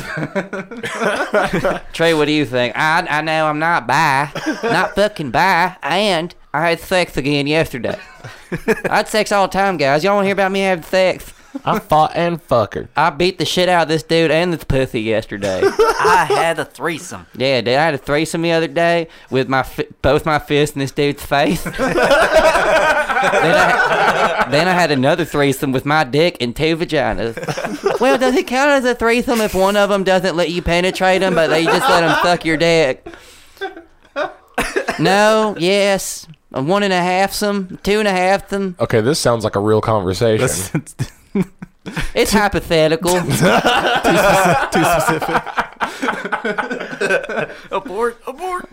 Trey, what do you think? I I know I'm not bi, not fucking bi, and I had sex again yesterday. I had sex all the time, guys. Y'all want to hear about me having sex?
I fought and fucker.
I beat the shit out of this dude and this pussy yesterday.
I had a threesome.
Yeah, dude, I had a threesome the other day with my fi- both my fists in this dude's face. then, I, then I had another threesome with my dick and two vaginas. Well, does it count as a threesome if one of them doesn't let you penetrate them, but they just let them suck your dick? No, yes, a one and a half some, two and a half some.
Okay, this sounds like a real conversation.
It's hypothetical.
Abort, abort.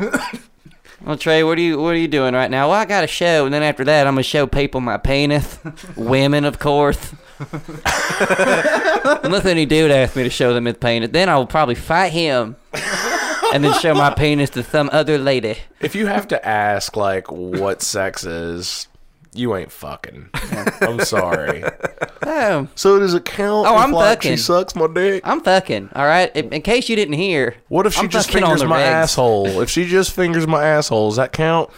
Well, Trey, what are you what are you doing right now? Well, I got a show, and then after that, I'm gonna show people my penis, women, of course. Unless any dude asks me to show them his penis, then I will probably fight him, and then show my penis to some other lady.
if you have to ask, like, what sex is, you ain't fucking. I'm sorry.
Oh,
So does it count?
Oh,
if,
I'm
like,
fucking.
She sucks my dick.
I'm fucking. All right. In, in case you didn't hear,
What if she
I'm
just
fucking on
fingers
the
my
regs.
asshole? If she just fingers my asshole, does that count?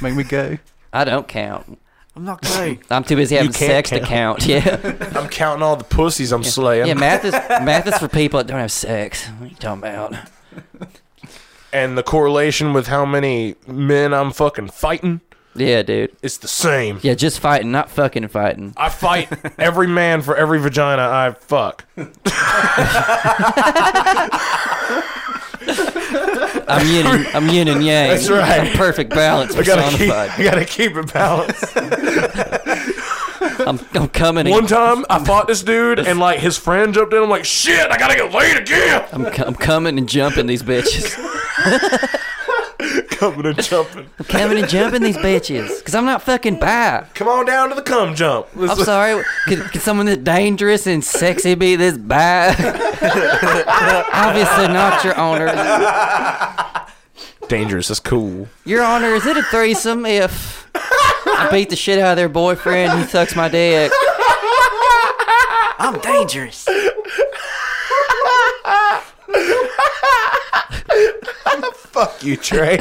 Make me gay.
I don't count.
I'm not gay.
I'm too busy having
can't
sex to count. Yeah.
I'm counting all the pussies I'm slaying.
yeah. Math is math is for people that don't have sex. What are you talking about?
and the correlation with how many men I'm fucking fighting
Yeah, dude.
is the same.
Yeah, just fighting, not fucking fighting.
I fight every man for every vagina I fuck.
I'm yin and, I'm yin and yang.
That's right.
I'm perfect balance
I gotta keep,
personified.
I gotta keep it balanced.
I'm, I'm coming
One
in.
time I fought this dude and like his friend jumped in. I'm like, shit, I gotta get laid again.
I'm, co- I'm coming and jumping these bitches.
Coming and jumping.
I'm coming and jumping these bitches because I'm not fucking bi.
Come on down to the cum jump.
I'm
Let's-
sorry. Could, could someone that's dangerous and sexy be this bi? Obviously not, Your Honor.
Dangerous. That's cool.
Your Honor, is it a threesome if I beat the shit out of their boyfriend? He sucks my dick.
I'm dangerous.
Fuck you, Trey.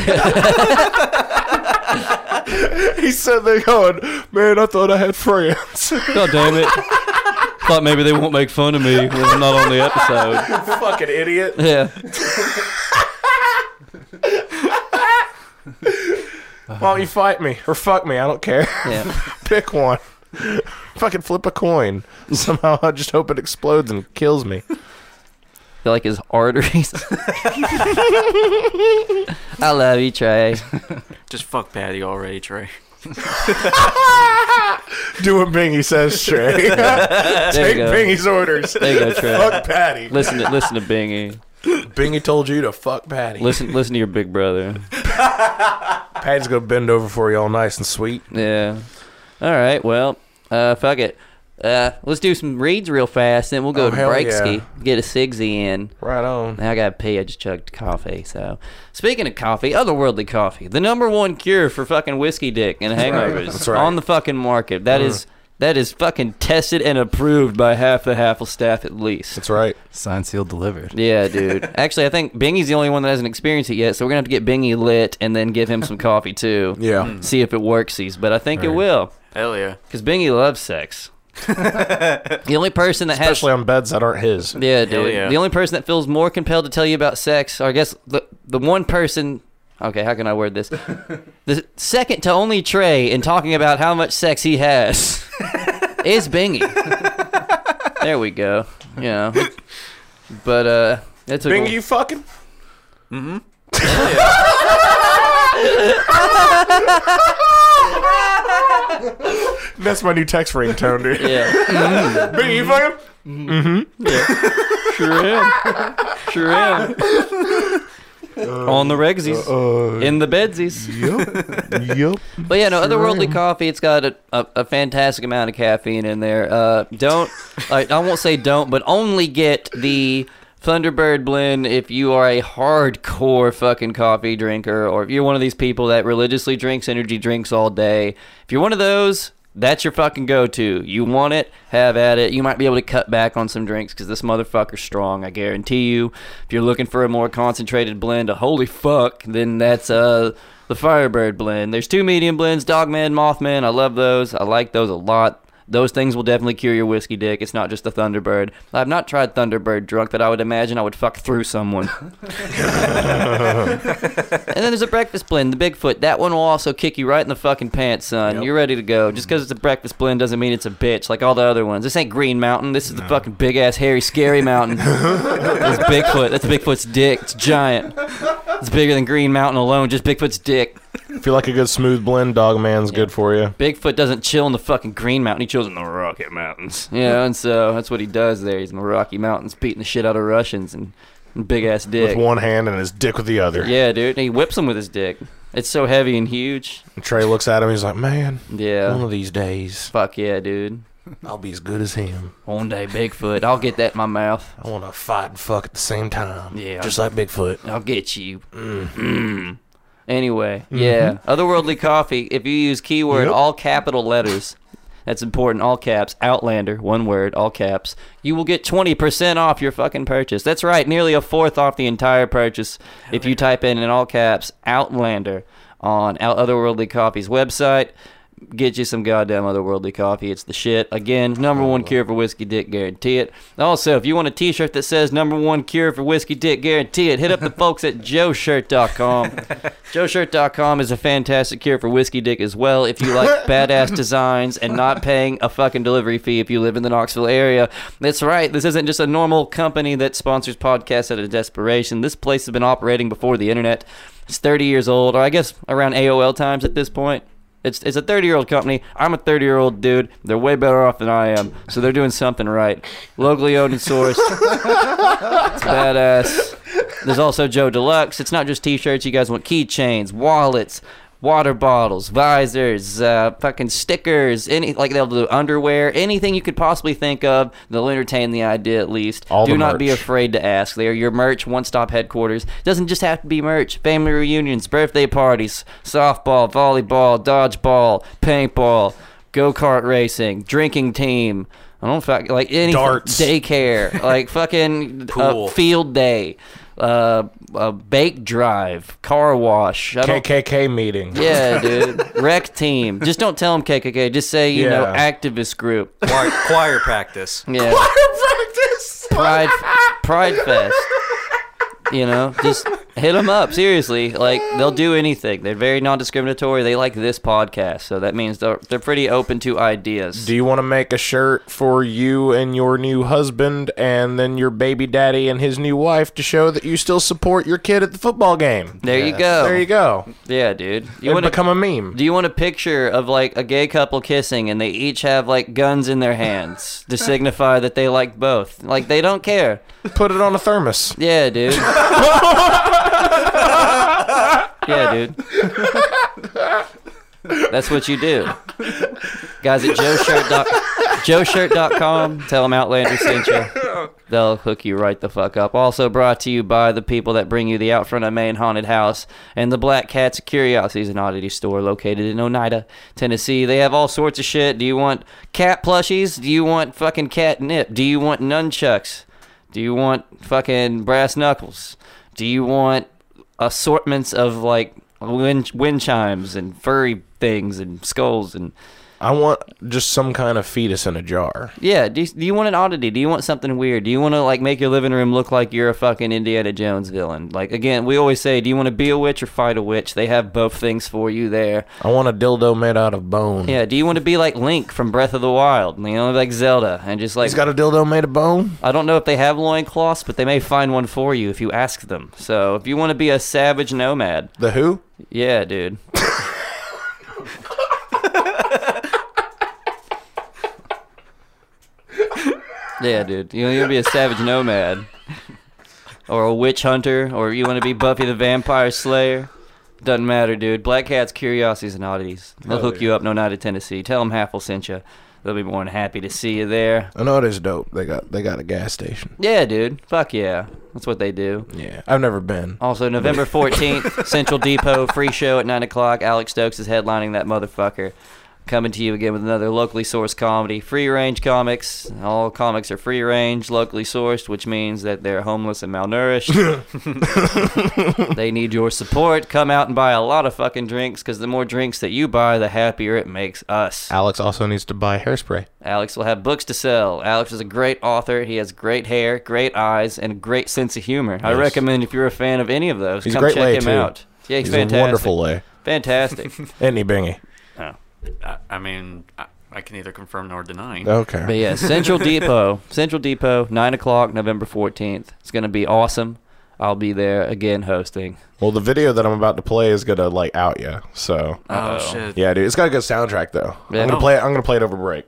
He said they going, man. I thought I had friends.
God damn it. Thought maybe they won't make fun of me when I'm not on the episode.
Fucking idiot.
Yeah.
Why don't you fight me or fuck me? I don't care.
Yeah.
pick one. Fucking flip a coin. Somehow I just hope it explodes and kills me.
feel like his arteries. I love you, Trey.
Just fuck Patty already, Trey.
Do what Bingy says, Trey.
There you
Take
go.
Bingy's orders.
There you go, Trey.
Fuck Patty.
Listen to listen to Bingy.
Bingy told you to fuck Patty.
Listen listen to your big brother.
Patty's gonna bend over for you all nice and sweet.
Yeah. All right. Well, uh, fuck it. Uh, let's do some reads real fast, then we'll go
Oh,
to
hell
Breakski.
yeah.
Get a Sigsy in.
Right on.
Now I gotta pee. I just chugged coffee. So, speaking of coffee, otherworldly coffee, the number one cure for fucking whiskey dick and hangovers
That's right. Mm.
on the fucking market. That is that is fucking tested and approved by half the Halfle staff at least.
That's right.
Signed, sealed, delivered.
Yeah, dude. Actually, I think Bingy's the only one that hasn't experienced it yet, so we're gonna have to get Bingy lit and then give him some coffee too.
Yeah.
See if it worksies, but I think it will
Hell yeah.
because Bingy loves sex. the only person that has
Especially on beds that aren't his.
yeah,
Hell
dude.
yeah.
The only person that feels more compelled to tell you about sex, or I guess the the one person. Okay, how can I word this? the second to only Trey in talking about how much sex he has is Bingy. there we go. Yeah. But uh, that's a
Bingy, you fucking? Mm-hmm. That's my new text ringtone, dude.
Yeah.
Bingy, you fucking?
Sure am. Sure am. on the regsies, in the bedsies.
Yep. yep.
But yeah, no, otherworldly coffee. It's got a, a, a fantastic amount of caffeine in there. Uh, don't, I, I won't say don't, but only get the Thunderbird blend if you are a hardcore fucking coffee drinker, or if you're one of these people that religiously drinks energy drinks all day. If you're one of those. That's your fucking go-to. You want it, have at it. You might be able to cut back on some drinks because this motherfucker's strong. I guarantee you. If you're looking for a more concentrated blend of holy fuck, then that's uh the Firebird blend. There's two medium blends, Dogman, Mothman. I love those. I like those a lot. Those things will definitely cure your whiskey dick. It's not just the Thunderbird. I've not tried Thunderbird drunk that I would imagine I would fuck through someone. and then there's a breakfast blend, the Bigfoot. That one will also kick you right in the fucking pants, son. You're ready to go. Just because it's a breakfast blend doesn't mean it's a bitch like all the other ones. This ain't Green Mountain. This is the fucking big ass, hairy, scary mountain. That's Bigfoot. That's Bigfoot's dick. It's giant. It's bigger than Green Mountain alone, just Bigfoot's dick.
If you like a good smooth blend, Dog Man's good for you.
Bigfoot doesn't chill in the fucking Green Mountain. He chills in the Rocky Mountains. Yeah, and so that's what he does there. He's in the Rocky Mountains beating the shit out of Russians and, and big ass dick.
With one hand and his dick with the other.
Yeah, dude. And he whips him with his dick. It's so heavy and huge.
And Trey looks at him. He's like, "Man, one
Yeah.
of these days,
Fuck yeah, dude.
I'll be as good as him.
One day, Bigfoot. I'll get that in my mouth.
I want to fight and fuck at the same time.
Yeah.
just like Bigfoot.
I'll get you. Mm. Anyway, yeah. Otherworldly coffee. If you use keyword
Yep.
all capital letters, that's important. All caps. Outlander. One word. All caps. You will get twenty percent off your fucking purchase. That's right. Nearly a fourth off the entire purchase if you type in in all caps Outlander on Out- Otherworldly Coffee's website. Get you some goddamn otherworldly coffee. It's the shit. Again, number one cure for whiskey dick, guarantee it. Also, if you want a t shirt that says number one cure for whiskey dick, guarantee it, hit up the folks at joeshirt.com. joeshirt.com is a fantastic cure for whiskey dick as well. If you like badass designs and not paying a fucking delivery fee if you live in the Knoxville area, that's right. This isn't just a normal company that sponsors podcasts out of desperation. This place has been operating before the internet. It's 30 years old, or I guess around AOL times at this point. It's, it's a 30 year old company. I'm a 30 year old dude. They're way better off than I am. So they're doing something right. Locally owned and sourced. it's badass. There's also Joe Deluxe. It's not just t shirts. You guys want keychains, wallets, water bottles, visors, uh, fucking stickers, any like they'll do underwear, anything you could possibly think of. They'll entertain the idea at least.
All
do
the
not be
merch.
afraid afraid to ask. They are your merch one stop headquarters. Doesn't just have to be merch. Family reunions, birthday parties, softball, volleyball, dodgeball, paintball, go kart racing, drinking team. I don't fuck like any
Darts.
daycare, like fucking uh,
Pool.
field day, uh, uh, bake drive, car wash. I don't-
KKK meeting.
yeah, dude. Rec team. Just don't tell them KKK. Just say you know
Yeah.
activist group.
choir, choir practice.
Yeah. Pride, Pride Fest. You know, just hit them up. Seriously, like they'll do anything. They're very non-discriminatory. They like this podcast, so that means they're they're pretty open to ideas.
Do you want to make a shirt for you and your new husband, and then your baby daddy and his new wife to show that you still support your kid at the football game?
there you go.
There you go.
Yeah, dude. You
You
want
would
to
become a meme.
Do you want a picture of like a gay couple kissing and they each have like guns in their hands to signify that they like both? Like they don't care.
Put it on a thermos.
Yeah, dude. yeah, dude. That's what you do. Guys at joeshirt.com, joeshirt.com tell them Outlander sent you. They'll hook you right the fuck up. Also brought to you by the people that bring you the Out Front of Maine Haunted House and the Black Cats Curiosities and Oddity Store located in Oneida, Tennessee. They have all sorts of shit. Do you want cat plushies? Do you want fucking catnip? Do you want nunchucks? Do you want fucking brass knuckles? Do you want assortments of like wind, wind chimes and furry things and skulls and
I want just some kind of fetus in a jar.
yeah? Do you, do you want an oddity? Do you want something weird? Do you want to like make your living room look like you're a fucking Indiana Jones villain? Like again, we always say, do you want to be a witch or fight a witch? They have both things for you there.
I want a dildo made out of bone.
Yeah. Do you want to be like Link from Breath of the Wild? You know, like Zelda, and just like
He's got a dildo made of bone.
I don't know if they have loincloths, but they may find one for you if you ask them. So if you want to be a savage nomad,
The who?
Yeah, dude. yeah, dude. You know, you'll be a savage nomad. or a witch hunter, or you want to be Buffy the Vampire Slayer. Doesn't matter, dude. Black Cat's Curiosities and Oddities. They'll hook you up, no night at Tennessee. Tell them Half will sent you. They'll be more than happy to see you there.
I know it is dope. They got they got a gas station.
Yeah, dude. Fuck yeah. That's what they do.
Yeah, I've never been.
Also, November 14th, Central Depot, free show at 9 o'clock. Alex Stokes is headlining that motherfucker. Coming to you again with another locally sourced comedy. Free range comics. All comics are free range, locally sourced, which means that they're homeless and malnourished. they need your support. Come out and buy a lot of fucking drinks because the more drinks that you buy, the happier it makes us.
Alex also needs to buy hairspray.
Alex will have books to sell. Alex is a great author. He has great hair, great eyes, and a great sense of humor. I recommend if you're a fan of any of those,
He's a
come
great
check
lay,
him
too.
out. Yeah, he's,
He's
fantastic.
a wonderful lay.
Fantastic.
Any bingy. Oh.
I, I mean, I, I can neither confirm nor deny.
Okay.
but yeah, Central Depot. Central Depot, 9 o'clock, November 14th. It's going to be awesome. I'll be there again hosting.
Well, the video that I'm about to play is gonna like out you. So
Oh shit!
yeah, dude, it's got a good soundtrack though.
Yeah.
I'm gonna play it. I'm gonna play it over break.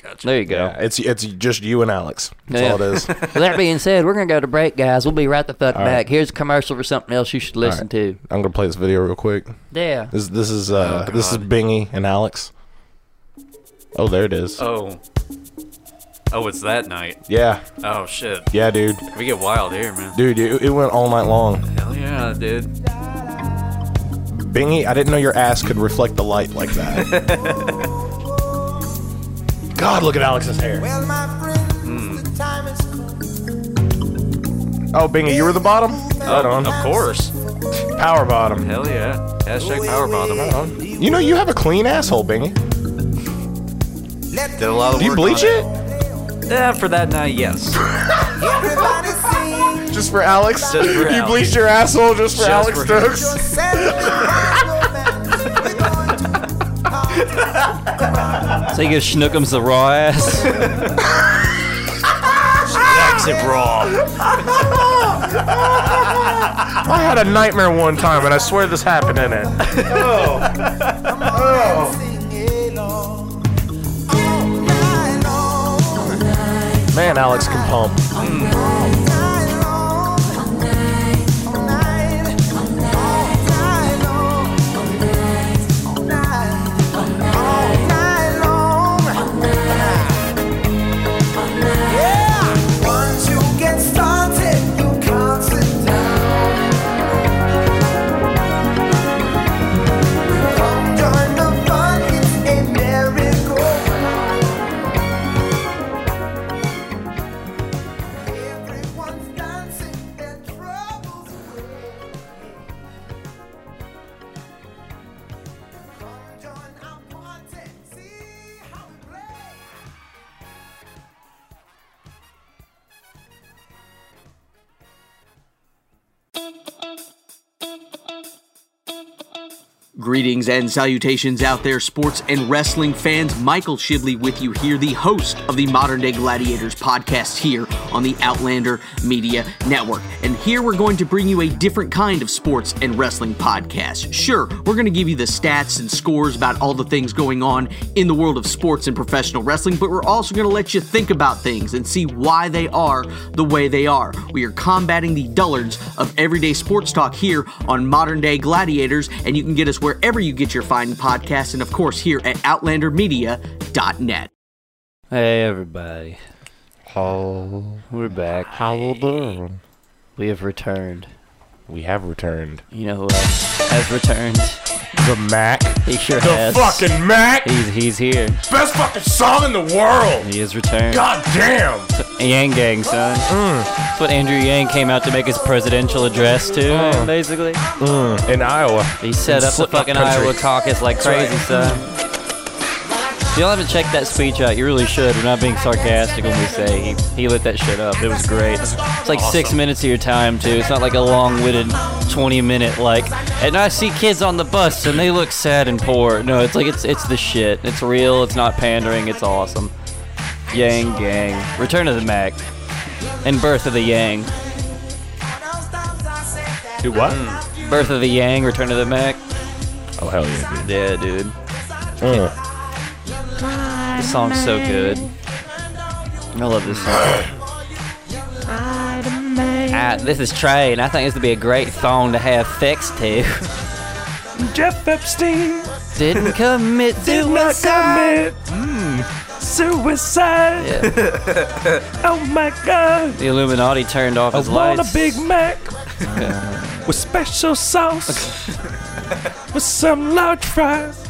Gotcha.
There you go.
Yeah, it's it's just you and Alex. That's
Yeah.
all it is.
With that being said, we're going to go to break, guys. We'll be right the fuck
All
back.
right.
Here's a commercial for something else you should listen
right.
to.
I'm gonna play this video real quick.
Yeah.
This this is uh
Oh,
this is
God.
Bingy and Alex. Oh, there it is.
Oh. Oh, it's that night.
Yeah,
Oh shit.
yeah, dude,
We get wild here, man.
dude, it, it went all night long.
Hell yeah, dude.
Bingy, I didn't know your ass could reflect the light like that. God, look at Alex's hair.
Well, my friends, the time is cool.
Oh, Bingy, you were the bottom. Right on,
Of course.
power bottom.
Hell yeah. Hashtag power bottom.
Right on. You know you have a clean asshole, Bingy.
Let
Did a lot of
Do you
work
bleach
on
it?
Yeah, for that night, yes.
everybody sing
Just for Alex?
Just
you
for Alex.
bleached your asshole just for
Just
Alex
for him.
Stokes?
yourself. We're going to
So you give Schnookums the raw ass.
Exit raw.
I had a nightmare one time, and I swear this happened in it.
sing along all night long,
Man, Alex can pump.
night long, all night, all night long, all night, all night long. Yeah. Once you get started, you can't sit down. Come join the fun, it's a merry-go-round. Everyone's dancing their troubles away. Come join our party, see how we play.
Greetings and salutations out there, sports and wrestling fans. Michael Shively with you here, the host of the Modern Day Gladiators podcast here on the Outlander Media Network. And here we're going to bring you a different kind of sports and wrestling podcast. Sure, we're going to give you the stats and scores about all the things going on in the world of sports and professional wrestling, but we're also going to let you think about things and see why they are the way they are. We are combating the dullards of everyday sports talk here on Modern Day Gladiators, and you can get us wherever you get your fine podcasts, and of course here at OutlanderMedia.net.
Hey everybody. We're back.
Hello.
We have returned.
We have returned.
You know who else has returned?
The Mac.
He sure
The
has.
fucking Mac.
He's he's here.
Best fucking song in the world.
He is returned.
God damn.
Yang Gang, son.
Mm.
That's what Andrew Yang came out to make his presidential address to,
Mm.
basically.
In Iowa.
He set
In
up the
Slipknot
fucking
country.
Iowa caucus like crazy, son. Y'all have to check that speech out. You really should. We're not being sarcastic when we say he, he lit that shit up. It was great. It's like six minutes of your time, too. It's not like a long witted 20 minute, like, and I see kids on the bus and they look sad and poor. No, it's like, it's, it's the shit. It's real. It's not pandering. It's awesome. Yang Gang. Return of the Mac. And Birth of the Yang.
Do what?
Birth of the Yang, Return of the Mac.
Oh, hell yeah, dude.
Yeah, dude.
Uh,
This song's so good. I love this song. Hi, this is Trey, and I think this would be a great song to have sex to.
Jeff Epstein
Didn't commit
did not
suicide.
commit Mm, suicide. oh my god.
The Illuminati turned off his
I want
lights.
a Big Mac with special sauce with some large fries.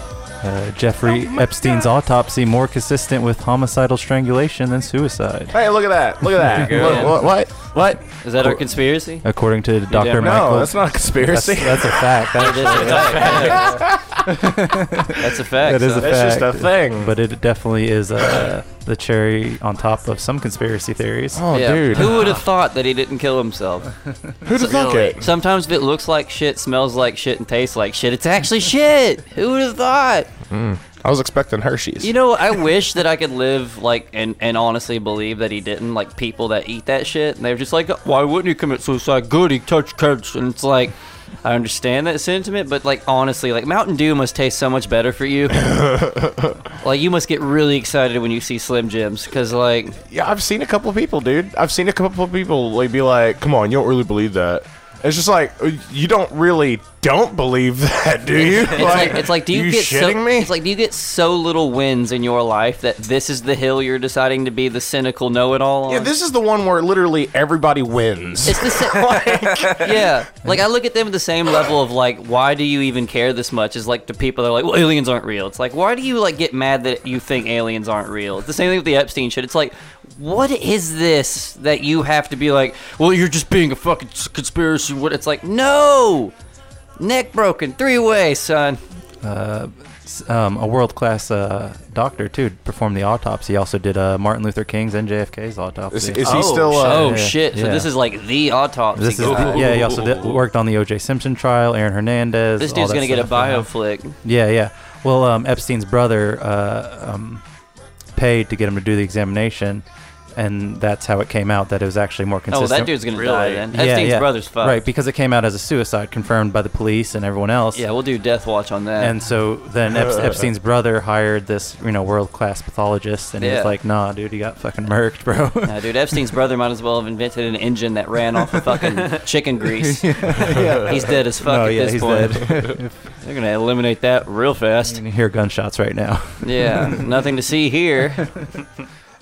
Uh, Jeffrey
Oh my
Epstein's
God.
autopsy more consistent with homicidal strangulation than suicide,
Hey, look at that. Look at that.
There you go.
What, what? What?
Is that our conspiracy?
according to Dr.
damn
Michael.
No, that's not a conspiracy.
that's, that's a fact. That,
It is a fact. That's a fact.
that is
so.
a fact.
That's just a thing.
But it definitely is uh, the cherry on top of some conspiracy theories.
oh,
Yeah.
dude.
Who would have thought that he didn't kill himself?
Who'd have thunk
Really?
it?
Sometimes if it looks like shit, smells like shit, and tastes like shit, it's actually shit. Who would have thought?
I was expecting Hershey's.
You know, I wish that I could live like and, and honestly believe that he didn't. Like people that eat that shit, and they're just like, why wouldn't he commit suicide? Good, he touched kids, and it's like, I understand that sentiment, but like honestly, like Mountain Dew must taste so much better for you. like you must get really excited when you see Slim Jims, because like
yeah, I've seen a couple of people, dude. I've seen a couple of people like be like, "Come on, you don't really believe that." It's just like uh, you don't really don't believe that, do you?
It's like, it's like do you, get
shitting
so,
me?
It's like do you get so little wins in your life that this is the hill you're deciding to be the cynical know-it-all on?
yeah, this is the one where literally everybody wins.
um, it's the same. yeah, like I look at them at the same level of like, why do you even care this much? Is like the people that are like, well, aliens aren't real. It's like, why do you like get mad that you think aliens aren't real? It's the same thing with the Epstein shit. It's like, what is this that you have to be like? Well, you're just being a fucking s- conspiracy. What? It's like, no, neck broken, three way, son.
Um, a world class uh, doctor, too, performed the autopsy. He also did uh, Martin Luther King's and JFK's autopsy.
Is, is
Oh,
he still? Uh,
Oh
yeah,
shit! So
yeah.
this is like the autopsy.
This is
guy.
yeah. He also did, worked on the O.J. Simpson trial, Aaron Hernandez.
This
all
dude's
that
gonna get a
stuff, you know.
bio flick. Oh,
Yeah, yeah. Well, um, Epstein's brother uh, um, paid to get him to do the examination, and that's how it came out that it was actually more
Oh,
consistent.
that dude's gonna die
Really?
then.
Yeah,
Epstein's
yeah.
brother's fucked.
Right, because it came out as a suicide, confirmed by the police and everyone else.
Yeah, we'll do Death Watch on that.
And so then Ep- Epstein's brother hired this, you know, world class pathologist, and he
Yeah.
was like, "Nah, dude, he got fucking murked, bro."
Nah, dude, Epstein's brother might as well have invented an engine that ran off of fucking chicken grease. He's dead as fuck
oh
at
yeah,
this
he's
point.
dead.
They're gonna eliminate that real fast.
you hear gunshots right now.
Yeah, nothing to see here.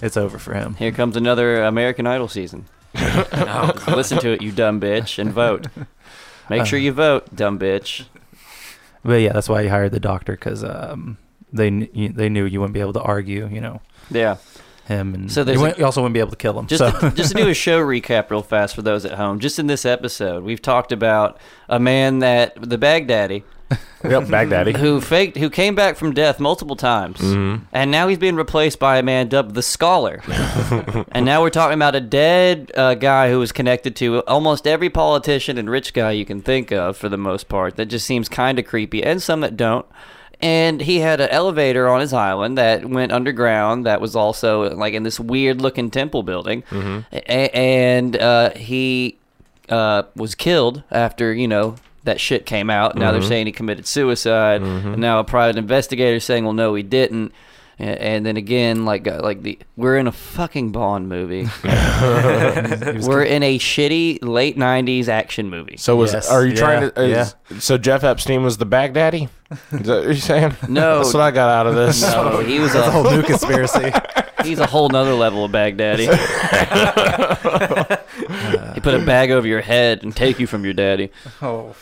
It's over for him.
Here comes another American Idol season. Listen to it, you dumb bitch, and vote. Make sure you vote, dumb bitch.
But yeah, that's why he hired the doctor because um, they kn- they knew you wouldn't be able to argue, you know,
Yeah.
him, and
So
so
there's
you,
a-
wouldn't- you also wouldn't be able to kill him.
Just,
so
to, just to do a show recap real fast for those at home. Just in this episode, we've talked about a man that the Baghdadi
yep, Baghdadi.
who faked, who came back from death multiple times, and now he's being replaced by a man dubbed the Scholar. and now we're talking about a dead uh, guy who was connected to almost every politician and rich guy you can think of, for the most part. That just seems kind of creepy, and some that don't. And he had an elevator on his island that went underground. That was also like in this weird-looking temple building, A- and uh, he uh, was killed after you know that shit came out. Now they're saying he committed suicide, and now a private investigator saying, "Well, no, he didn't." A- And then again, like uh, like the we're in a fucking Bond movie. we're in a shitty late '90s action movie.
So was
Yes,
are you
yeah,
trying to? Is, So Jeff Epstein was the Baghdadi. Is that what you're saying?
No.
that's what I got out of this.
No, he was a
whole new conspiracy.
he's a whole nother level of Baghdaddy. he put a bag over your head and take you from your daddy Oh.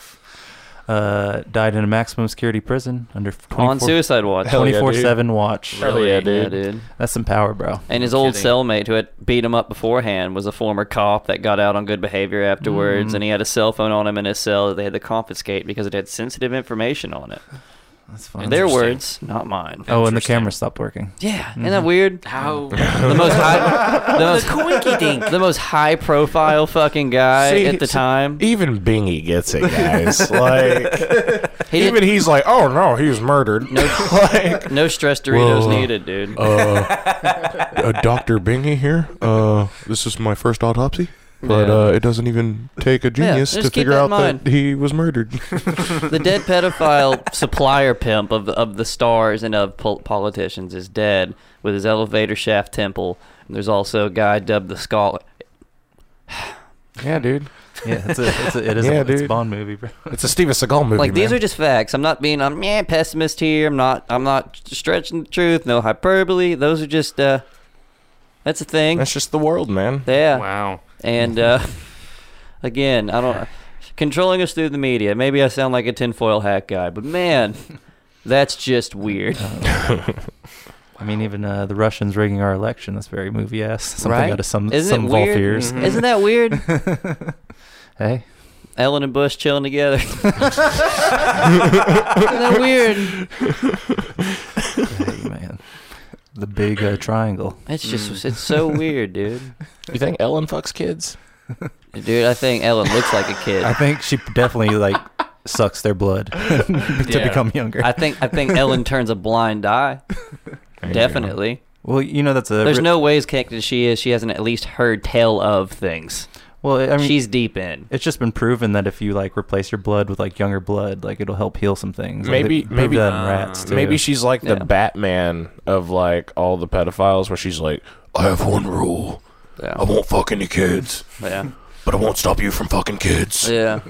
uh, died in a maximum security prison under
on
24
suicide watch.
Hell yeah, dude.
24/7 watch.
Hell yeah, dude.
That's some power, bro.
And his old
kidding.
cellmate who had beat him up beforehand was a former cop that got out on good behavior afterwards, and he had a cell phone on him in his cell that they had to confiscate because it had sensitive information on it.
That's fine.
Their
Interesting.
words, not mine.
Oh, and the
Interesting.
camera stopped working.
Yeah, isn't that weird?
How?
The most high, the most dink, the most high profile fucking guy
See,
at the
see-
time.
Even Bingy gets it, guys. like
He didn't-
even he's like, oh no, he was murdered. like
no stress Doritos
Whoa.
needed, dude.
Oh, uh, Dr. Bingy here. Uh, this is my first autopsy, but
Yeah.
uh, it doesn't even take a genius
just
to
keep
figure
that
out
in mind.
that he was murdered.
the dead pedophile supplier pimp of of the stars and of pol- politicians is dead with his elevator shaft temple. And there's also a guy dubbed the scholar.
Yeah, dude.
Yeah, it's a, it's a, it is
Yeah,
a, it's a
dude.
Bond movie, bro.
It's a Steven Seagal movie.
Like these
man.
are just facts. I'm not being I'm yeah pessimist here. I'm not I'm not stretching the truth. No hyperbole. Those are just uh, that's a thing.
That's just the world, man.
yeah.
Wow.
And uh, again, I don't controlling us through the media. Maybe I sound like a tinfoil hat guy, but man, that's just weird.
I mean, even uh, the Russians rigging our election. That's very movie ass. Something
Right?
out of some
Isn't
some
it weird? Mm-hmm.
Volfiers.
Isn't that weird?
Hey,
Ellen and Bush chilling together. Isn't that weird?
hey, man, the big uh, triangle.
It's just it's so weird, dude.
You think Ellen fucks kids?
Dude, I think Ellen looks like a kid.
I think she definitely like sucks their blood to
Yeah.
become younger.
I think I think Ellen turns a blind eye. Definitely.
well, you know that's a
There's no ways connected she is. She hasn't at least heard tell of things.
well. I mean,
She's deep in.
it's just been proven that if you like replace your blood with like younger blood, like it'll help heal some things. Like,
Maybe-
they proved
maybe- uh,
that in
uh,
rats. Too.
Maybe she's like the
Yeah.
Batman of like all the pedophiles, where she's like,
I have one rule. I
Yeah.
won't fuck any kids,
Yeah.
but I won't stop you from fucking kids.
Yeah.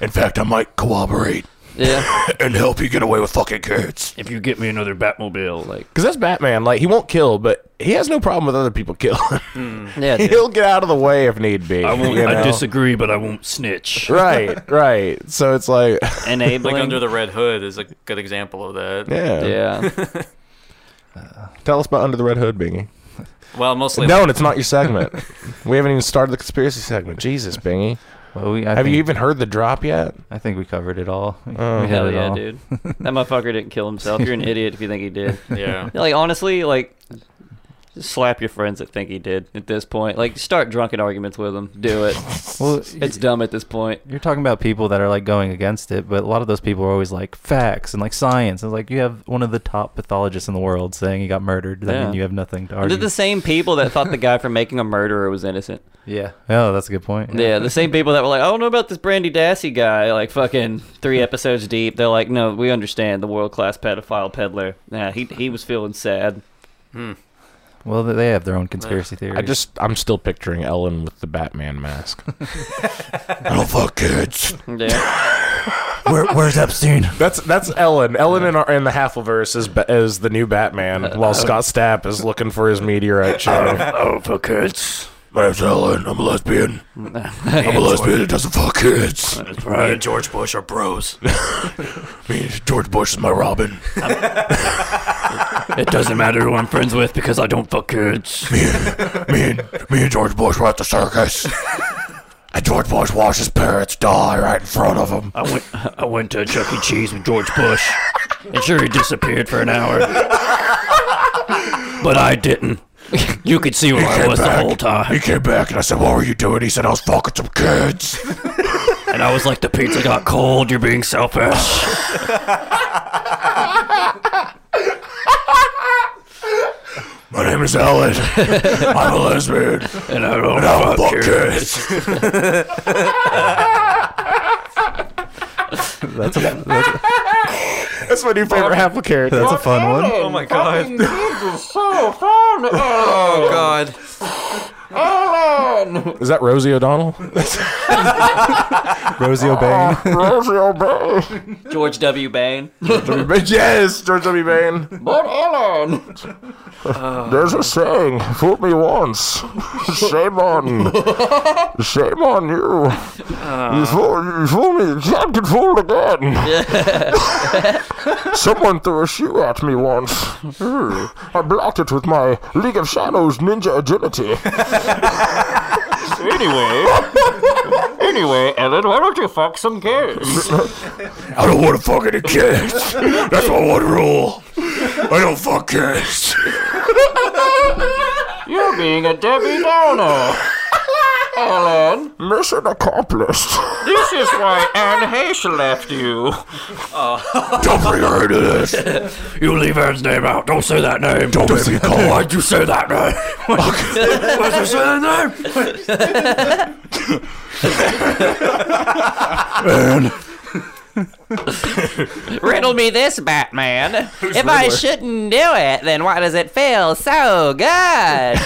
In fact, I might cooperate
Yeah.
and help you get away with fucking kids.
if you get me another Batmobile, like
because that's Batman. Like he won't kill, but he has no problem with other people killing.
yeah, dude.
He'll get out of the way if need be. you know?
disagree, but I won't snitch.
right, right. So it's like,
Enabling.
Like under the red hood is a good example of that.
yeah.
yeah.
Tell us about Under the Red Hood, Bingy.
Well, mostly.
No, and it's not your segment. we haven't even started the conspiracy segment. Jesus, Bingy.
Well, we, I
Have
think,
you even Oh, heard the drop yet?
I think we covered it all. We- we had
Hell
it
yeah,
all.
dude. That motherfucker didn't kill himself. You're an idiot if you think he did.
Yeah.
Like honestly, like just slap your friends that think he did at this point. Like start drunken arguments with them. Do it.
Well,
it's dumb at this point.
You're talking about people that are like going against it, but a lot of those people are always like facts and like science. And like you have one of the top pathologists in the world saying he got murdered. That
Yeah.
mean you have nothing to
Are
argue.
the same people that thought the guy from making a murderer was innocent?
yeah. Oh, that's a good point.
Yeah, the same people that were like, I don't know about this Brandy Dassey guy, like fucking three episodes deep. They're like, no, we understand the world class pedophile peddler. Nah, he he was feeling sad.
Well, they have their own conspiracy theories.
I just, I'm still picturing Ellen with the Batman mask.
I don't fuck kids.
Yeah,
Where, where's Epstein?
That's that's Ellen. Ellen in, our, in the Halfleverse is ba- is the new Batman, while Scott Stapp is looking for his meteorite show.
I don't fuck kids. My name's Ellen. I'm a lesbian. I'm a lesbian that doesn't fuck kids. That's right. Me and George Bush are bros. Me and George Bush is my Robin.
It doesn't matter who I'm friends with because I don't fuck kids.
Me and, me and me and George Bush were at the circus. And George Bush watched his parents die right in front of him.
I went, I went to Chuck E. Cheese with George Bush. And sure, he disappeared for an hour. But I didn't. You could see where I was the whole
He
time.
came back and I said, "What were you doing?" He said, "I was fucking some kids."
And I was like, the pizza got cold. You're being selfish.
My name is Ellen. I'm a lesbian.
And I don't
And I don't
fuck
fuck
kids.
kids.
That's a, that's a,
that's my new favorite Halfle character.
that's a fun one.
Oh my god. Oh god.
Is that Rosie O'Donnell?
Rosie O'Bain.
Rosie O'Donnell.
George W. Bain.
yes, George W. Bain.
But Ellen.
There's a saying: "Fool me once, shame on, shame on you. You fool, you fool me, you can't get fooled again." Someone threw a shoe at me once. I blocked it with my League of Shadows ninja agility.
I don't want to fuck any kids. That's my one rule. I don't fuck kids.
Mission accomplished.
Don't bring her into this.
You leave Aaron's name out. Don't say that name.
Don't make me call her.
Why'd you say that name? Why'd you say that name?
And
Riddle me this, Batman. if I shouldn't do it, then why does it feel so good?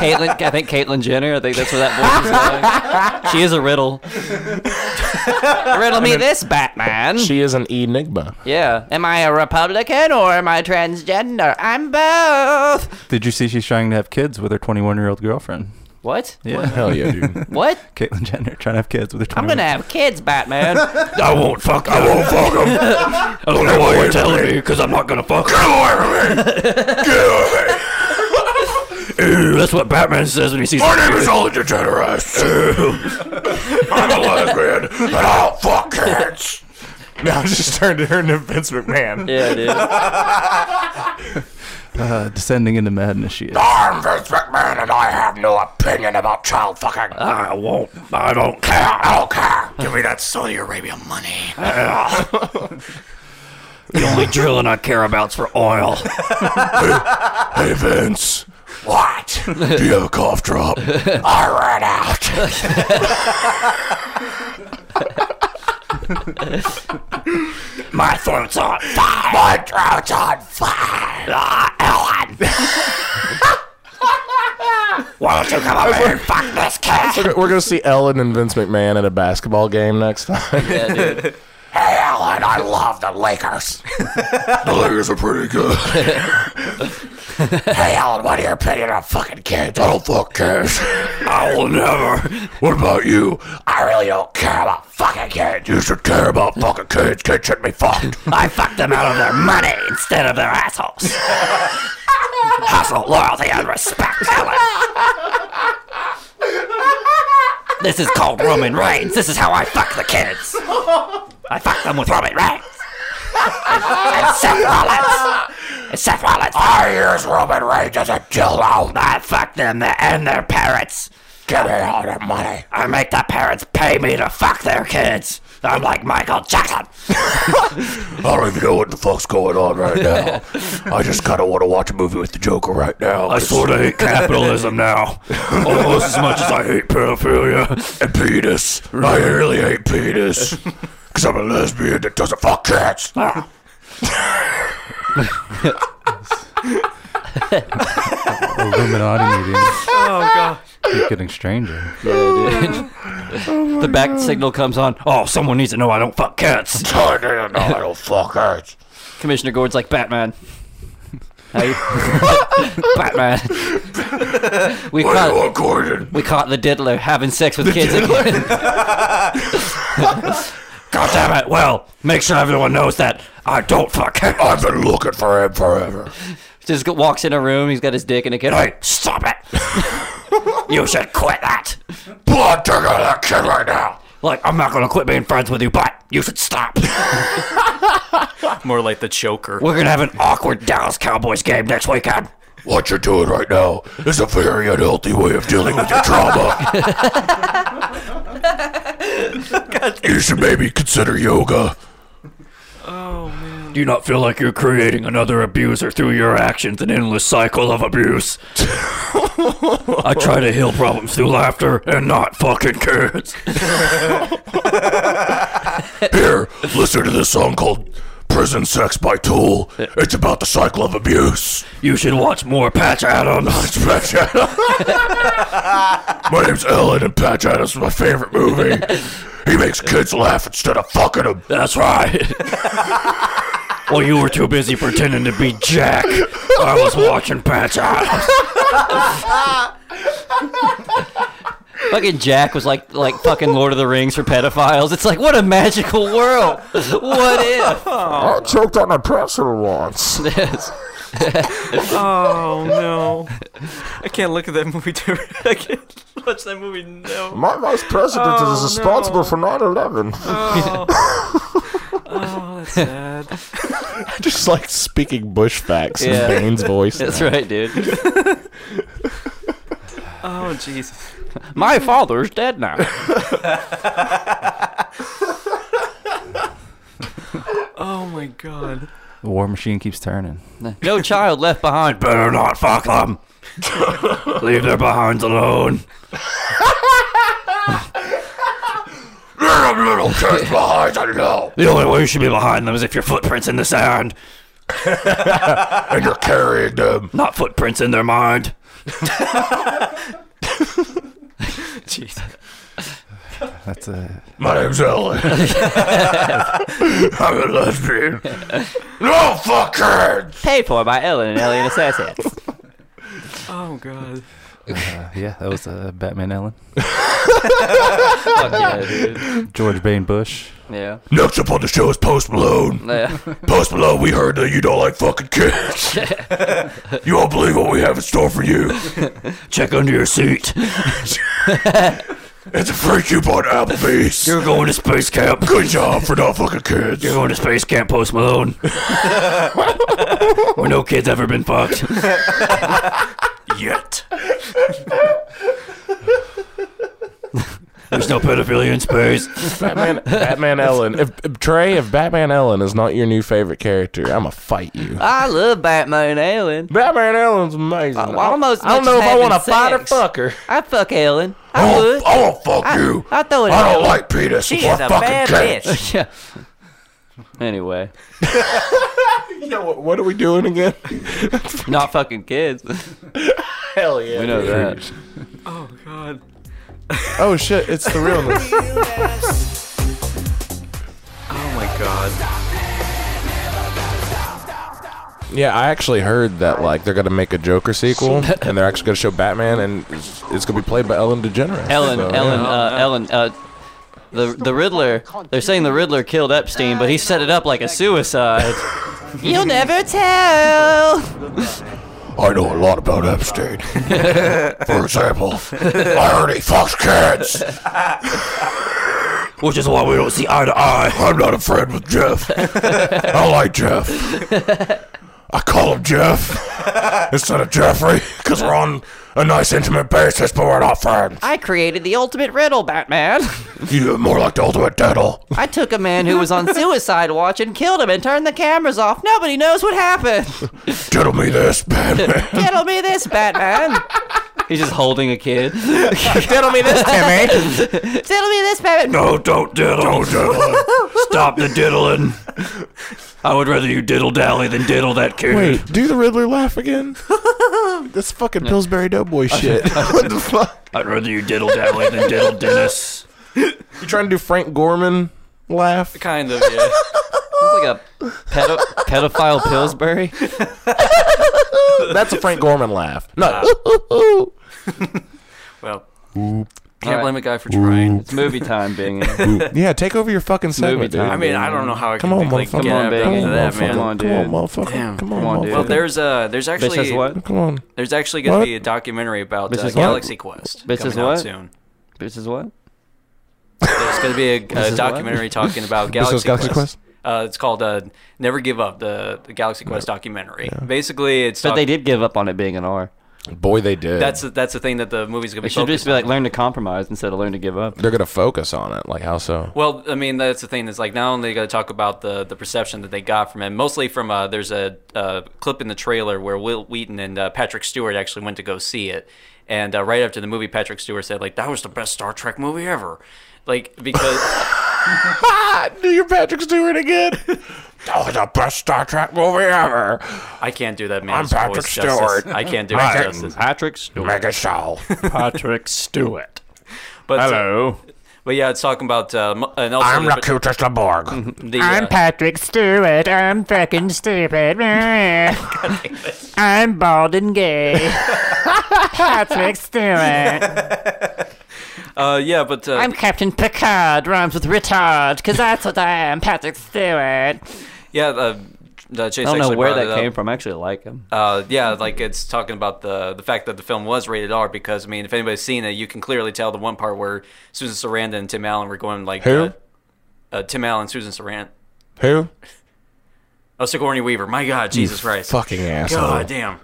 Caitlyn, I think Caitlyn Jenner. I think that's what that voice is like. She is a riddle. riddle me this, Batman.
She is an enigma.
yeah. Am I a Republican or am I transgender? I'm both.
Did you see she's trying to have kids with her 21 year old girlfriend?
What?
Yeah.
Hell Oh, yeah, dude.
What?
Caitlyn Jenner trying to have kids with her 21
I'm gonna have kids, Batman.
I won't fuck. I won't fuck him. I don't know why you're telling me because I'm not gonna fuck. Get away from me! Get away! Ew, that's what Batman says when he sees. My name is Ollie DeGeneres. Ew. I'm a lesbian, and I'll fuck cats.
now I just turned her into Vince McMahon.
yeah, dude.
uh, descending into madness. She is.
Ah!
I'm Vince McMahon, and I have no opinion about child fucking. I won't. I don't care. I don't care. Give me that Saudi Arabia money. the only drilling I care about's for oil. hey, Vince. What? Do you have a cough drop? I ran out. My throat's on fire. My throat's on fire. Ellen. Why don't you come over here and fuck this kid?
We're we're gonna see Ellen and Vince McMahon at a basketball game next time.
Hey, Ellen, I love the Lakers. the Lakers are pretty good. hey, Ellen, what are your opinion on fucking kids? I don't fuck kids. I will never. What about you? I really don't care about fucking kids. You should care about fucking kids. Kids should be fucked. I fucked them out of their money instead of their assholes. Hustle, loyalty, and respect, Ellen. This is called Roman Reigns. This is how I fuck the kids. I fucked them with Roman Reigns. and Seth Rollins. And Seth Rollins. I use Roman Reigns as a dildo. I fuck them and their parents. Give me all their money. I make the parents pay me to fuck their kids. I'm like Michael Jackson. I don't even know what the fuck's going on right now. I just kind of want to watch a movie with the Joker right now. I sort of hate capitalism now, almost as much as I hate pedophilia and penis. I really hate penis. Because I'm a lesbian that doesn't fuck cats. Ah.
Illuminati meetings.
Oh god.
Keep getting stranger.
the back signal comes on. Oh,
Oh, someone needs to know I don't fuck cats. I don't know I don't fuck cats.
Commissioner Gord's like Batman. Hey, Batman. we
What do you
caught
want, Gordon?
we caught the diddler having sex with kids again.
God damn it. Well, make sure everyone knows that I don't fuck cats. I've been looking for him forever.
Just go- walks in a room. He's got his dick in a kid.
Hey, stop it. you should quit that. Blood take out that kid right now. Like, I'm not gonna quit being friends with you, but you should stop.
More like the choker.
We're gonna have an awkward Dallas Cowboys game next weekend. What you're doing right now is a very unhealthy way of dealing with your trauma. you should maybe consider yoga. Oh man. Do you not feel like you're creating another abuser through your actions, an endless cycle of abuse? I try to heal problems through laughter and not fucking kids. Here, listen to this song called Prison Sex by Tool. It's about the cycle of abuse. You should watch more Patch Adams. Patch Adams. my name's Ellen, and Patch Adams is my favorite movie. He makes kids laugh instead of fucking them. That's right. well, you were too busy pretending to be Jack. I was watching Patch Adams.
Fucking Jack was like like fucking Lord of the Rings for pedophiles. It's like what a magical world. What if?
I choked on a pretzel once.
Yes.
Oh no. I can't look at that movie too. I can't watch that movie no.
My vice president is responsible for 9/11.
Oh, that's sad.
just like speaking bush facts
Yeah.
in Bane's voice.
That's right, dude.
Oh Jesus.
My father's dead now.
Oh my god.
The war machine keeps turning.
No child left behind.
Better not fuck them. Leave their behinds alone. You're a little kids behind, I know. The only way you should be behind them is if your footprints in the sand. and you're carrying them. Not footprints in their mind.
That's a
My name's Ellen. I'm a lesbian. No fucking.
Paid for by Ellen and Alien Assassin.
Oh god.
uh, yeah. That was uh, Batman Ellen.
Fuck yeah, dude.
George Bain Bush.
Yeah.
Next up on the show is Post Malone.
Yeah.
Post Malone, we heard that you don't like fucking kids. you won't believe what we have in store for you. Check under your seat. it's a free coupon, Applebee's. You're going to space camp. Good job for not fucking kids. You're going to space camp, Post Malone. Where no kid's ever been fucked. Yet. There's no pedophilia in space.
Batman, Batman Ellen. If, if Trey, if Batman Ellen is not your new favorite character, I'm gonna fight you.
I love Batman Ellen.
Batman Ellen's amazing.
Uh, almost
I don't
much
know
as
if I want to
having
fight or
sex.
fuck her.
I fuck Ellen. I would.
I won't fuck you.
Oh, I throw it
I
out.
don't like penis.
She
I
is a
fucking
bad
can't.
bitch.
Yeah. Anyway,
What, what are we doing again?
not fucking kids.
Hell yeah.
We know that.
Oh god.
Oh shit! It's the realness.
Oh my god.
Yeah, I actually heard that like they're gonna make a Joker sequel, and they're actually gonna show Batman, and it's, it's gonna be played by Ellen DeGeneres.
Ellen,
So,
Ellen,
yeah.
uh, Ellen, uh, the the Riddler. They're saying the Riddler killed Epstein, but he set it up like a suicide. You'll never tell.
I know a lot about Epstein. For example, I heard he fucks kids. Which is why we don't see eye to eye. I'm not a friend with Jeff. I like Jeff. I call him Jeff instead of Jeffrey because we're on a nice intimate basis, but we're not friends.
I created the ultimate riddle, Batman.
You're more like the ultimate dental.
I took a man who was on suicide watch and killed him and turned the cameras off. Nobody knows what happened.
Diddle me this, Batman.
Riddle me this, Batman. He's just holding a kid.
Diddle me this, Timmy.
Riddle me this, Batman.
No, Oh, don't diddle. Don't diddle. Stop the diddling. I would rather you diddle dally than diddle that kid.
Wait, do the Riddler laugh again? That's fucking Pillsbury Doughboy shit. what the fuck?
I'd rather you diddle dally than diddle Dennis.
You trying to do Frank Gorman laugh?
Kind of, yeah.
It's like a pedo- pedophile Pillsbury.
That's a Frank Gorman laugh. No,
Well,
All
can't
right.
blame a guy for trying.
It's movie time, Bingham.
yeah, take over your fucking segment, dude.
time.
I mean, I don't know how I
Come
can
on,
like,
motherfucker.
get
Come on,
back
Bacon.
into that,
Come
man.
on,
Come on,
dude.
motherfucker.
Damn.
Come
Come on,
on,
dude.
Well,
motherfucker.
there's uh, there's
Bitch
actually
says what?
Come on.
there's actually gonna
What?
be a documentary about
Bitch
uh,
says what?
Galaxy Quest
Bitch says
coming out
what?
soon.
Bitch is what?
There's gonna be a,
says
a
what?
documentary talking about Galaxy,
was Galaxy
Quest. Uh, it's called uh, "Never Give Up," the, the Galaxy Quest documentary. Basically, it's
But
talk-
they did give up on it being an R.
Boy, they did.
That's the, that's the thing that the movie's gonna be.
It should
focused
just be like
on.
learn to compromise instead of learn to give up.
They're gonna focus on it. Like how so?
Well, I mean, that's the thing. That's like not only going to talk about the the perception that they got from him, mostly from uh, there's a uh, clip in the trailer where Will Wheaton and uh, Patrick Stewart actually went to go see it, and uh, right after the movie, Patrick Stewart said like that was the best Star Trek movie ever, like because
Ah, do your Patrick Stewart again? oh, the best Star Trek movie ever.
I can't do that man.
I'm Patrick Stewart.
I can't do it
Hi.
justice.
Patrick Stewart. Mega show.
Patrick Stewart.
But uh,
Hello.
but yeah, it's talking about uh, mu- and also
I'm
the,
Rakutas Laborg.
the, uh,
Patrick Stewart. I'm fucking stupid. I'm bald and gay. Patrick Stewart.
uh, yeah, but uh,
I'm Captain Picard. Rhymes with retard, because that's what I am. Patrick Stewart.
yeah, uh, uh, Chase
I don't know
actually
where
brought it
that
up.
came from. I actually like him.
Uh, yeah, like it's talking about the the fact that the film was rated R because I mean, if anybody's seen it, you can clearly tell the one part where Susan Sarandon and Tim Allen were going like
Who?
Uh, uh, Tim Allen, Susan Sarandon,
Who?
oh Sigourney Weaver. My God, Jesus Christ,
Fucking asshole.
God damn.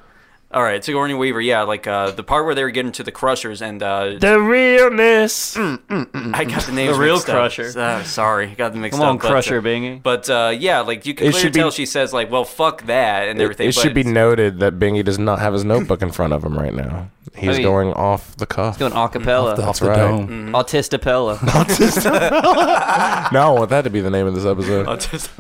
All right, Sigourney Weaver. Yeah, like uh, the part where they were getting to the Crushers and uh,
The realness.
I got the names
The real
mixed up.
Crusher.
Uh, sorry, I got them mixed
Come on,
up. but, uh,
Crusher, Bingy.
But uh, yeah, like you can
It
clearly
should be-
tell she says like, "Well, fuck that" and
It-
everything.
It,
but
should be
it's-
noted that Bingy does not have his notebook in front of him right now. He's
mean-
going off the cuff.
Doing acapella.
That's right.
Mm.
Autistapella.
no, I want that to be the name of this episode.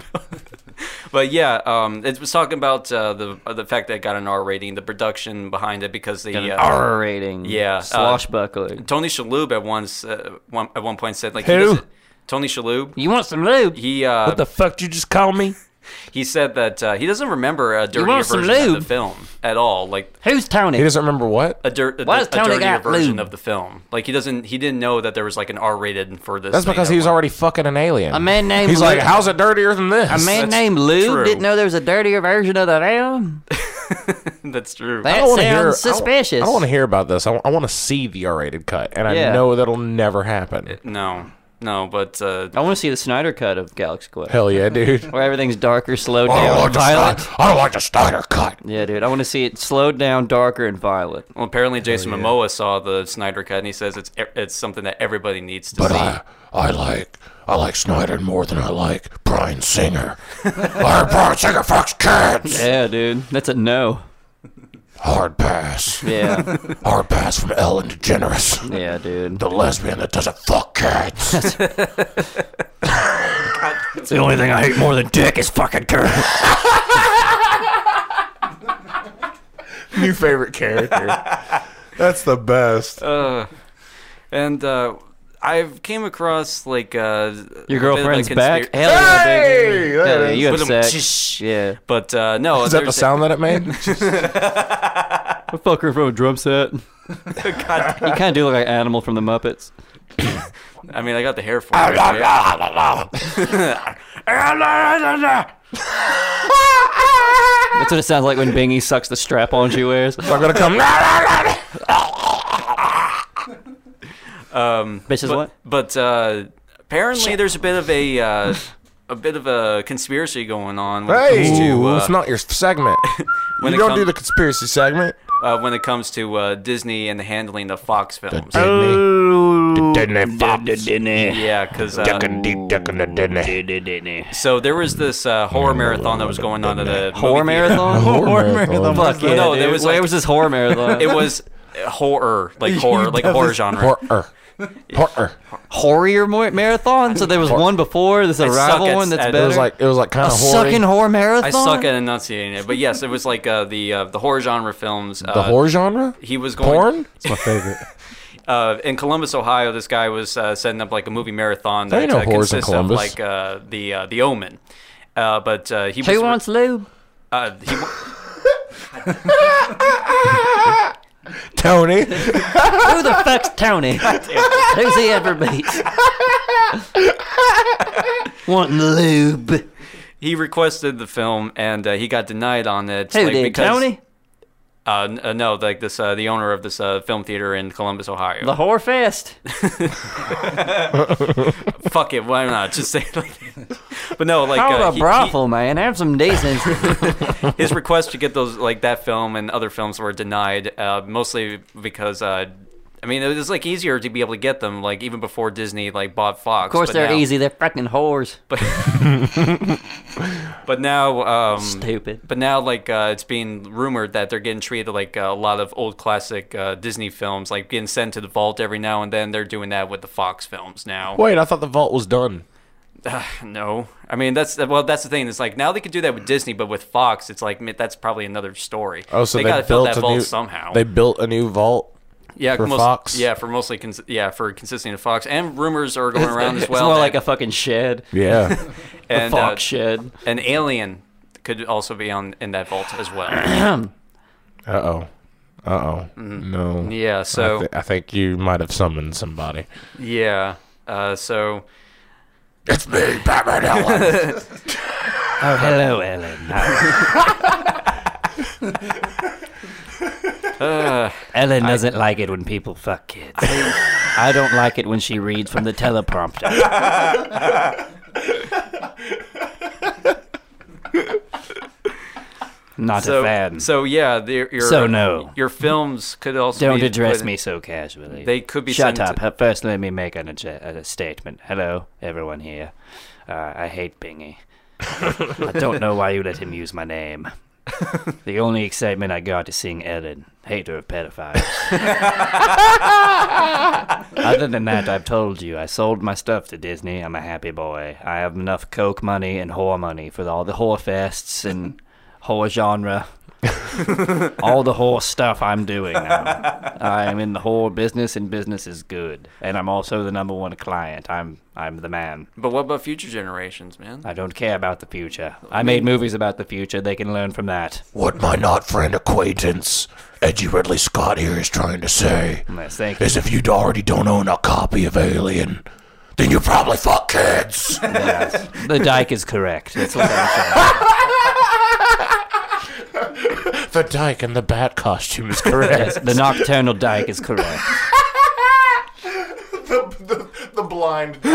But yeah, um, it was talking about uh, the uh, the fact that it got an R rating, the production behind it because the uh,
R rating.
Yeah, uh,
Swashbuckling.
Tony Shalhoub at once uh, one, at one point said like
Who?
He doesn't- Tony Shalhoub.
you want some lube?
He uh,
What the fuck did you just call me?
he said that uh, he doesn't remember a dirtier
want some
version of
lube?
the film at all. Like
Who's Tony?
He doesn't remember what.
a, dir- a,
Why does
a
Tony
dirtier
got
version
lube?
of the film. Like he doesn't he didn't know that there was like an R rated for this.
That's
thing
because
at
he was
one-
already fucking an alien.
A man named
He's like,
Luke-
how's it dirtier than this?
a man
That's
named Lube
true.
didn't know there was a dirtier version of the film.
That's true.
That
I don't
sounds
wanna hear- I don't-
suspicious.
I don't want to hear about this. I want to see the R-rated cut, and I
Yeah.
know that'll never happen.
no, no, but uh,
I want to see the Snyder cut of Galaxy Quest,
Hell yeah, dude.
where everything's darker, slowed
I don't
down,
like
and
the
violent.
Snyder- I don't like the Snyder cut.
Yeah, dude, I want to see it slowed down, darker, and violent.
well, apparently Jason Momoa saw the Snyder cut and he says it's it's something that everybody needs to
But
see.
I, I like, I like Snyder more than I like Brian Singer. I Brian Singer fucks kids.
Yeah, dude, that's a no.
Hard pass.
Yeah,
Hard pass from Ellen DeGeneres,
yeah, dude.
the lesbian that doesn't fuck cats.
It's the only thing I hate more than dick is fucking girl.
New favorite character. That's the best.
Uh, and uh, I've came across like uh,
Your girlfriend's
a bit of a conspira-
back. Hell yeah,
Hey,
baby. Hell
there
yeah,
it
you have
Boom,
sex.
tsh.
Yeah,
But uh, no,
Is that the
there's-
sound that it made?
I fuck her from a drum set. you kind of do look like Animal from the Muppets.
I mean, I got the hair for it. right?
That's what it sounds like when Bingy sucks the strap on she wears.
I'm gonna come.
Bitches, what?
But uh, apparently, there's a bit of a uh, a bit of a conspiracy going on when it
Hey,
comes to
Ooh,
uh,
it's not your segment.
When
you
it
don't
come-
do the conspiracy segment.
uh, when it comes to uh, Disney and the handling of Fox films.
Oh.
Yeah, because uh, so there was this uh, horror marathon that was going on at a
Horror
movie theater.
marathon? Fuck yeah,
No,
dude.
there was
Where
like-
was this horror marathon?
It was uh, horror, like horror, like horror genre.
Horror. Horror.
horrier mar- marathon. So there was one before. There's a
I suck
rival
at-
one that's
at-
better.
It was like it was like kind
a
of
sucking
horror.
whore marathon.
I suck at enunciating it, but yes, it was like uh, the uh, the horror genre films. Uh,
The horror genre?
He was going
Porn?
It's my favorite.
uh, in Columbus, Ohio, this guy was uh, setting up like a movie marathon
There ain't
that
no
uh,
whores in
consists of
Columbus.
like uh, the uh, the Omen. Uh, but uh, he
Who
was
wants lube?
Uh, he, wa-
Tony.
Who the fuck's Tony? Who's he ever beat? Want lube? Who
he requested the film and uh, he got denied on it. like,
did
because-
Tony?
Uh, n- uh, no, like this uh, the owner of this uh, film theater in Columbus, Ohio.
The whore fest.
Fuck it, why not? Just say it like. that. But no, like
Call
uh,
a
he- he-
brothel, man. Have some decency.
his request to get those like that film and other films were denied uh, mostly because uh, I mean it was like easier to be able to get them like even before Disney like bought Fox.
of course, they're easy. They're fucking whores.
But now, um,
Stupid.
But now, like uh, it's being rumored that they're getting treated like uh, a lot of old classic uh, Disney films, like getting sent to the vault every now and then. They're doing that with the Fox films now.
Wait, I thought the vault was done.
No, I mean that's well, that's the thing. It's like now they could do that with Disney, but with Fox, it's like man, that's probably another story.
Oh, so they,
gotta fill
built
that
a
vault
new,
somehow.
They built a new vault.
yeah,
for
most-
Fox?
Yeah, for mostly cons- yeah for consisting of Fox, and rumors are going around as
it's
well.
more
that-
like a fucking shed.
Yeah.
a
and, uh,
fox shed.
an alien could also be on in that vault as well.
uh oh. Uh oh. No.
Mm-hmm. yeah, so
I, thi- I think you might have summoned somebody.
Yeah. Uh, so
It's me, Batman Ellen.
Oh, hello, Ellen. Uh, Ellen doesn't like it when people fuck kids. I don't like it when she reads from the teleprompter.
Not
so,
a fan.
So yeah, the, your
So no.
your films could also
Don't
be
address
put-
me so casually.
They could be
Shut
sent
up. First, let me make an, adj- a statement. Hello, everyone here. Uh, I hate Bingy. I don't know why you let him use my name. the only excitement I got is seeing Ellen, hater of pedophiles. Other than that, I've told you, I sold my stuff to Disney. I'm a happy boy. I have enough coke money and whore money for all the whore fests and whore genre. all the whore stuff I'm doing now. I'm in the whore business, and business is good. And I'm also the number one client. I'm I'm the man.
But what about future generations, man?
I don't care about the future. I made movies about the future. They can learn from that.
What my not friend acquaintance, Edgy Ridley Scott here, is trying to say
Yes, thank
is if you already don't own a copy of Alien, then you probably fuck kids.
Yes. the dyke is correct. That's what I'm saying.
the dyke in the bat costume is correct.
Yes, the nocturnal dyke is correct.
the, the, the blind.
The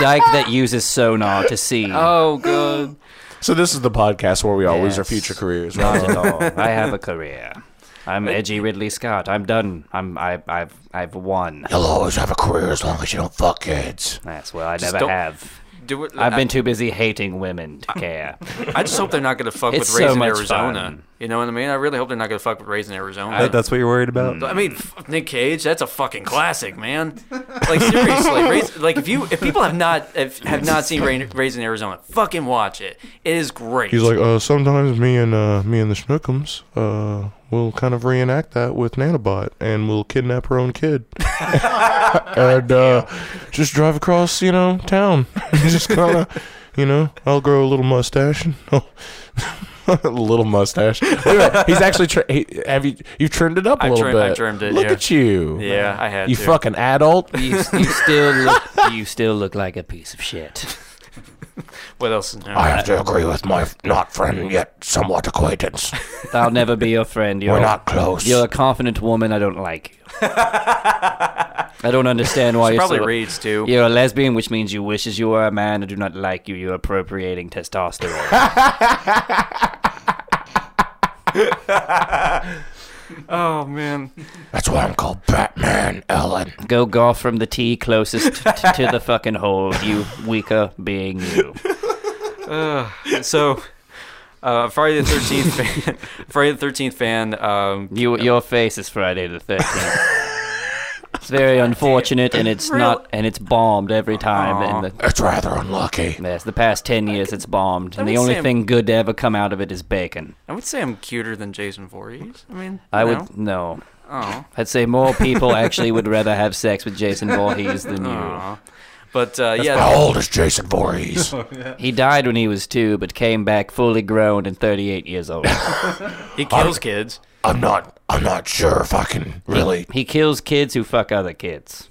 dyke that uses sonar to see.
Oh, good.
So this is the podcast where we all lose our
Yes.
future careers.
Not
right?
at all. I have a career. I'm edgy Ridley Scott. I'm done. I'm I, I've I've won.
You'll always have a career as long as you don't fuck kids.
That's well, I
Just
never
don't-
have.
do it-
I've been
I-
too busy hating women to care.
I just hope they're not going to fuck
It's
with Raised
so
in
much
Arizona.
fun.
You know what I mean? I really hope they're not going to fuck with Raised in Arizona.
That- that's what you're worried about?
I mean, f- Nick Cage, that's a fucking classic, man. Like seriously, Raised, like if you if people have not if, have not seen Ra- Raised in Arizona, fucking watch it. It is great.
He's like, uh, sometimes me and uh, me and the Schnookums, uh, will kind of reenact that with Nanobot, and we'll kidnap her own kid, and uh, just drive across, you know, town, just kind of, you know, I'll grow a little mustache and. I'll
little mustache. Wait a minute, he's actually. Tri- he, have you? You've trimmed it up a
I
little
trim-
bit.
I trimmed it,
Look
yeah.
at you.
Yeah, I had
You
to.
fucking adult.
You, you still look you still look like a piece of shit.
What else? is new?
I have to agree with my f- not friend yet somewhat acquaintance.
I'll never be your friend.
Oh.
You're
We're not close.
You're a confident woman. I don't like you. I don't understand why
She
you're
probably
so,
reads, too.
You're a lesbian, which means you wishes you were a man. I do not like you. You're appropriating testosterone.
oh man.
That's why I'm called Batman, Ellen.
Go golf from the tee closest t- to the fucking hole. You weaker being you.
Uh, so, uh, Friday the Thirteenth fan. Friday the Thirteenth fan. Um,
you your face is Friday the Thirteenth. It's very unfortunate, and it's
Real-
not, and it's bombed every time. And the,
it's rather unlucky.
Yes, the past ten years, it's bombed,
I
and the
would
only
say I'm-
thing good to ever come out of it is bacon.
I would say I'm cuter than Jason Voorhees. I mean,
I
you
would no.
Oh.
I'd say more people actually would rather have sex with Jason Voorhees than you.
Aw. But uh,
That's
yeah,
how old is
Jason Voorhees?
He died when he was two, but came back fully grown and 38 years old.
he kills kids.
I'm not. I'm not sure if I can really.
He kills kids who fuck other kids.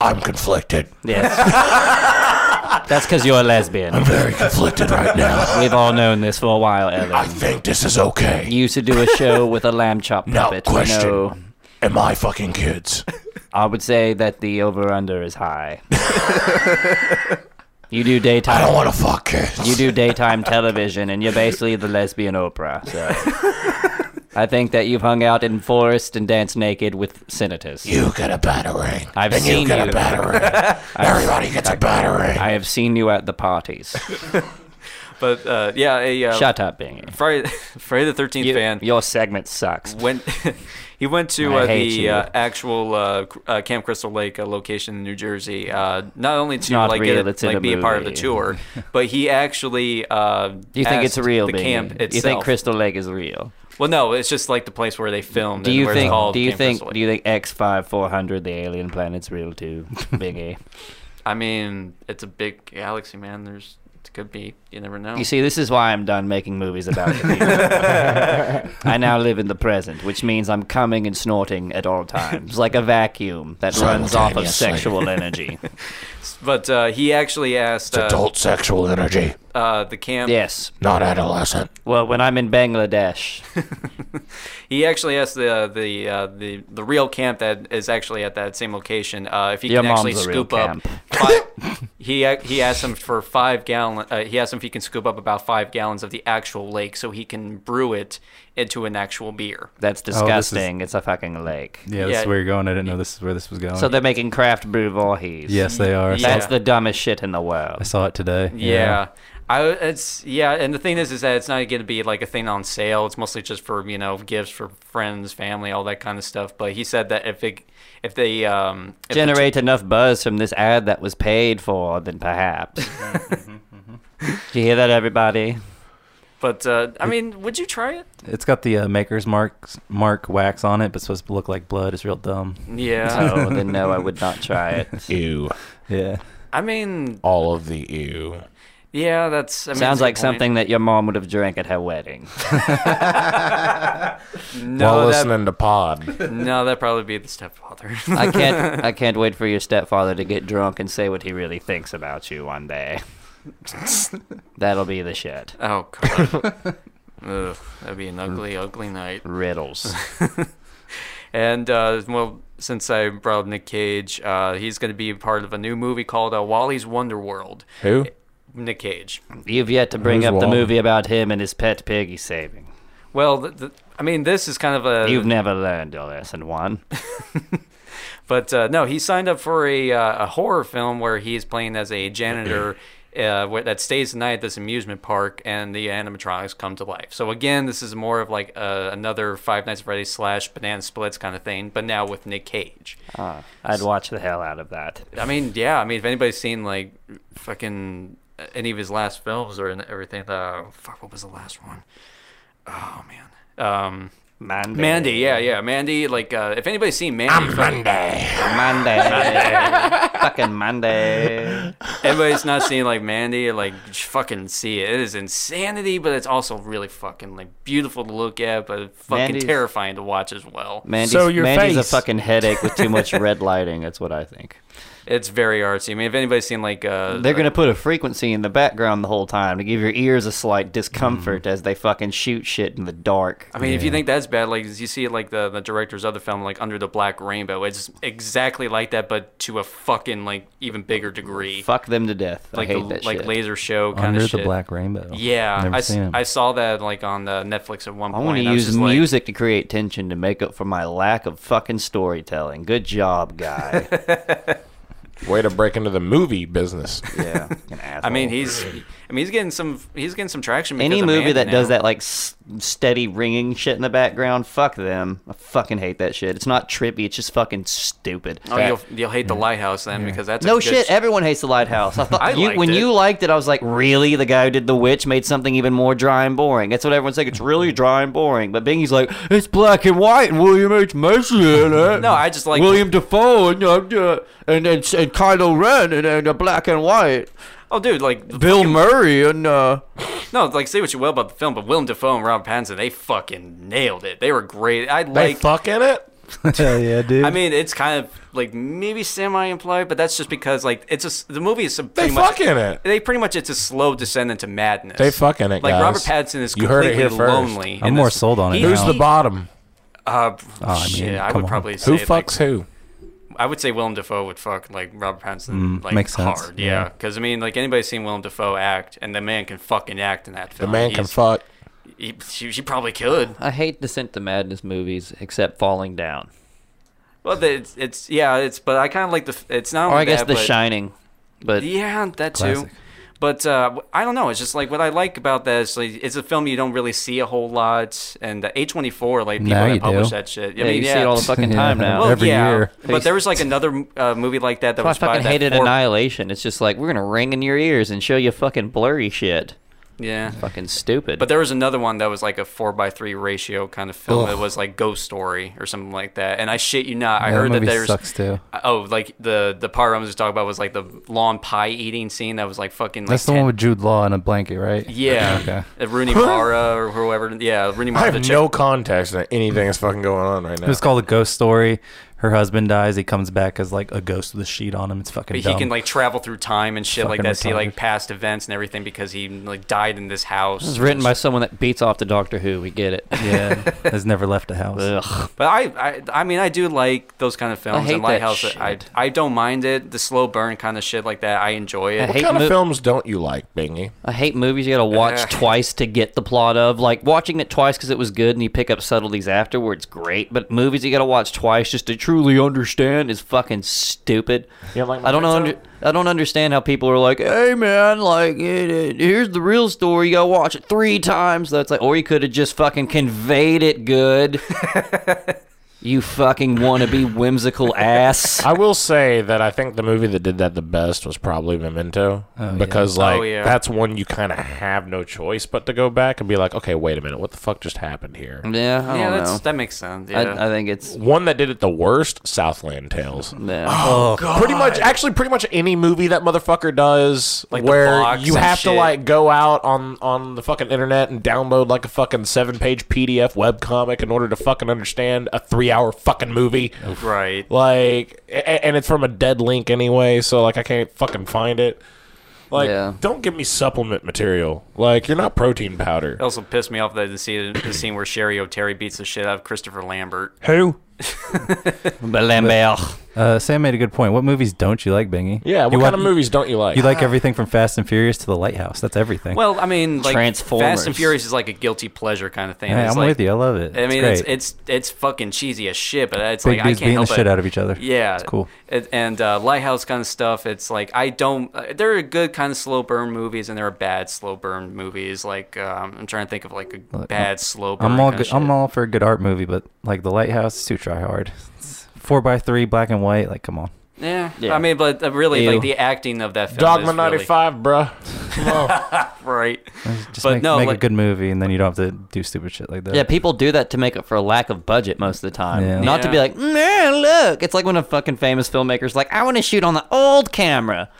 I'm conflicted.
Yes. That's because you're a lesbian. I'm
very conflicted right now.
We've all known this for a while, Ellen. I
think this is okay.
You used to do a show with a lamb chop
Now,
puppet.
question.
No.
Am I fucking kids?
I would say that the over-under is high. you do daytime. I don't
want to fuck kids.
You do daytime television, and you're basically the lesbian Oprah. So. I think that you've hung out in forest and danced naked with senators.
You get a battering.
I've
and
seen
you get a battering. Everybody gets a battering.
I have seen you at the parties.
But uh, yeah, a, uh,
Shut up, Bingy.
Friday, Friday the Thirteenth fan.
Your segment sucks.
Went, he went to
I
uh,
hate
the
you.
uh, actual uh, cr- uh, Camp Crystal Lake uh, location in New Jersey. Uh, not only to
not
like
real,
get
it's
a,
in
like
a
be a part of the
movie.
tour, but he actually. Uh,
Do you think it's
asked
real,
The
Bingy?
camp itself.
Do you think Crystal Lake is real?
Well, no, it's just like the place where they filmed.
Do
and
you
where it's
think?
called
Do you
Camp Crystal
think? Do you think X 5400 the alien planet's real too, Bingy?
I mean, it's a big galaxy, man. There's it could be. You never know.
You see, this is why I'm done making movies about the future. I now live in the present, which means I'm coming and snorting at all times, like a vacuum that runs off of
Simultaneously.
sexual energy.
But uh, he actually asked. uh,
adult sexual energy.
Uh, the camp.
Yes.
Not adolescent.
Well, when I'm in Bangladesh,
He actually asked the uh, the uh, the the real camp that is actually at that same location uh, if he
Your
can actually
mom's a real
scoop up.
camp.
Five, he ac- he asked him for five gallon. Uh, he asked him if he can scoop up about five gallons of the actual lake so he can brew it into an actual beer.
that's
this
disgusting. it's a fucking lake.
Yeah, this is where you're going. I didn't know this is where this was going.
So they're making craft brew Voorhees.
Yes, they are. Yeah.
That's the dumbest shit in the world.
I saw it today.
Yeah. I, it's yeah, and the thing is, is that it's not going to be like a thing on sale. It's mostly just for you know gifts for friends, family, all that kind of stuff. But he said that if it, if they um, if the-
Generate enough buzz from this ad that was paid for, then perhaps. Do you hear that, everybody?
but uh, I mean, would you try it?
It's got the uh, maker's mark mark wax on it, but it's supposed to look like blood. It's real dumb.
Yeah.
Oh, then no, I would not try it.
Ew.
Yeah.
I mean,
All of the ew.
yeah, that's I mean, that's
Sounds
a
like
good point.
something that your mom would have drank at her wedding.
While
that-
listening to Pod.
No, that'd probably be the stepfather.
I can't. I can't wait for your stepfather to get drunk and say what he really thinks about you one day. That'll be the shit.
Oh god. Ugh, that'd be an ugly, ugly night.
Riddles.
and uh, well, since I brought up Nick Cage, uh, he's going to be part of a new movie called uh, Wally's Wonder World.
Who?
Nick Cage.
You've yet to bring
Who's
up the
Wally?
movie about him and his pet piggy saving.
Well, th th I mean, this is kind of a.
You've never learned your lesson one.
But uh, no, he signed up for a, uh, a horror film where he's playing as a janitor uh, where, that stays the night at this amusement park, and the animatronics come to life. So again, this is more of like uh, another Five Nights at Freddy's slash Banana Splits kind of thing, but now with Nick Cage.
Ah, I'd watch the hell out of that.
I mean, yeah. I mean, if anybody's seen like fucking any of his last films or in- everything, uh, fuck, what was the last one? Oh man, um,
Mandy.
Mandy. Yeah, yeah, Mandy. Like, uh, if anybody's seen Mandy, fucking-
Monday. Fucking Monday.
Everybody's not seeing like Mandy, like sh- fucking see it. It is insanity, but it's also really fucking like beautiful to look at, but fucking
Mandy's-
terrifying to watch as well.
Mandy's, Mandy's a fucking headache with too much red lighting. That's what I think.
It's very artsy. I mean, if anybody's seen like uh,
They're gonna put a frequency in the background the whole time to give your ears a slight discomfort
Mm.
as they fucking shoot shit in the dark.
I mean, if you think that's bad, like you see, like the the director's other film, like Under the Black Rainbow, it's exactly like that, but to a fucking like even bigger degree.
fuck them to death.
Like
I
the
hate that
like
shit.
laser show kind
Under
of
the
shit.
Black Rainbow.
Yeah,
Never
I, s-
seen it.
I saw that like on the Netflix at one
I
point.
want to
was
use
just like-
music to create tension to make up for my lack of fucking storytelling. Good job, guy.
Way to break into the movie business.
Yeah.
I mean,
Oh,
he's I mean he's getting some he's getting some traction. because
Any
of
movie
Mandy
that does
now.
that like s- steady ringing shit in the background, fuck them. I fucking hate that shit. It's not trippy. It's just fucking stupid.
Oh, you'll, you'll hate the lighthouse then because that's a
no
good
shit. Everyone hates the lighthouse. I thought
I
you,
liked
when
it.
you liked it, I was like, really? The guy who did the witch made something even more dry and boring. That's what everyone's like. It's really dry and boring. But Bingy's like, it's black and white, and William H Macy in it.
No, I just like-
William Defoe and uh, uh, and, and and Kylo Ren and, and uh, black and white.
Oh, dude, like
Bill Murray and uh,
no, like say what you will about the film, but Willem Dafoe and Rob Pattinson, they fucking nailed it. They were great. I
They
like.
fucking it?
Hell yeah, dude.
I mean, it's kind of like maybe semi-implied, but that's just because like it's a s- the movie is a pretty much
fucking it.
They pretty much it's a slow descent into madness.
They fucking it,
Like
guys.
Robert Pattinson is
You heard it
completely
here first.
lonely.
I'm
in
more
this-
sold on it
He-
now.
Who's the bottom?
Uh,
Oh,
I
shit,
mean,
I
come
would
on.
probably say
Who
like,
fucks who?
I would say Willem Dafoe would fuck like Robert Pattinson
Mm,
like
makes sense.
hard, yeah.
Yeah.
Because I mean, like anybody's seen Willem Dafoe act, and the man can fucking act in that
The
film.
man can
Oh, He's-
fuck.
He, she, she probably could.
I hate Descent to Madness movies, except Falling Down.
Well, the- it's, it's yeah, it's but I kind of like the. f- It's not.
Or Oh, I
only
guess
that,
The
but-
Shining. But
yeah, that
Classic.
too. But uh, w- I don't know. It's just like what I like about that is like, it's a film you don't really see a whole lot, and uh, A24 like people
Now
that
you
publish
do.
that shit. I
Yeah,
mean,
you see it all the fucking time now.
Well,
Every
yeah,
year.
But there was like another uh, movie like that that
That's
was
why
by
I fucking
that
hated
four-
Annihilation. It's just like we're gonna ring in your ears and show you fucking blurry shit.
Yeah.
Fucking stupid.
But there was another one that was like a four by three ratio kind of film.
Ugh.
It was like Ghost Story or something like that. And I shit you not, I
Yeah, that
heard that
movie
there's
sucks, too.
Oh, like the the part I was just talking about was like the lawn pie eating scene that was like fucking. Like
That's the
10
one with Jude Law and a blanket, right?
Yeah,
Okay.
Uh, Rooney Mara or whoever. Yeah, Rooney
I
Mara. The
have
chick.
no context that anything is fucking going on right
It
now.
was called a ghost story. Her husband dies. He comes back as like a ghost with a sheet on him. It's fucking.
But he
dumb.
can like travel through time and shit like
Fucking
that, see like
retarded.
past events and everything because he like died in this house.
This is written by someone that beats off to Doctor Who. We get it.
Yeah, has never left a house.
But I, I, I mean, I do like those kind of films.
hate
and
that
Lighthouse, I, I don't mind it. The slow burn kind of shit like that, I enjoy it.
I What hate kind of mo-
films don't you like, Bingy?
I hate movies you gotta
Ugh.
watch twice to get the plot of. Like, watching it twice because it was good and you pick up subtleties afterwards, great. But movies you gotta watch twice just to truly understand is fucking stupid. Yeah, like I don't know. Under, I don't understand how people are like, "Hey, man, like, it, it- here's the real story. You gotta watch it three times." That's like, or you could have just fucking conveyed it good. you fucking wannabe whimsical ass.
I will say that I think the movie that did that the best was probably Memento because
Oh,
like
yeah.
that's one you kind of have no choice but to go back and be like, okay, wait a minute, what the fuck just happened here?
Yeah, I
yeah,
don't
that's,
know.
that makes sense.
I-
Yeah.
I think it's
one that did it the worst. Southland Tales.
Yeah.
Oh, pretty much. Actually, pretty much any movie that motherfucker does,
Like the
where
box
you
and
have
shit.
to like go out on on the fucking internet and download like a fucking seven page PDF webcomic in order to fucking understand a three hour fucking movie.
Right.
Like, a- a- and it's from a dead link anyway, so like I can't fucking find it. Like, don't give me supplement material. Like, you're not protein powder.
It also pissed me off that the scene, the scene where Sherry O'Terry beats the shit out of Christopher Lambert.
Who?
Lambert.
Uh, Sam made a good point. What movies don't you like, Bingy?
Yeah, what
You
kind
wa-
of movies don't you like?
You like everything from Fast and Furious to The Lighthouse. That's everything.
Uh, Well, I mean, like Fast and
Transformers.
Furious is like a guilty pleasure kind of thing.
Hey,
It's
I'm
like-
with you. I love it.
I
It's
mean, it's,
great.
it's it's fucking cheesy as shit, but it's
Big
like I
dudes
can't
beating the
help
shit
it.
out of each other.
Yeah,
It's cool.
It, and uh, lighthouse kind of stuff. It's like I don't. Uh, there are good kind of slow burn movies, and there are bad slow burn movies. Like um, I'm trying to think of like a bad slow burn.
I'm all
kind
good,
of
I'm all for a good art movie, but like The Lighthouse is too try hard. It's four by three, black and white. Like, come on.
shit. yeah. I mean, but uh, really,
Ew.
like the acting of that film.
Dogma
is really-
'95, bruh.
right?
Just
but
make,
no,
make
like,
a good movie, and then you don't have to do stupid shit like that.
Yeah, people do that to make up for a lack of budget most of the time.
Yeah.
Not to be
Yeah.
like, man, look. It's like when a fucking famous filmmaker's like, I want to shoot on the old camera.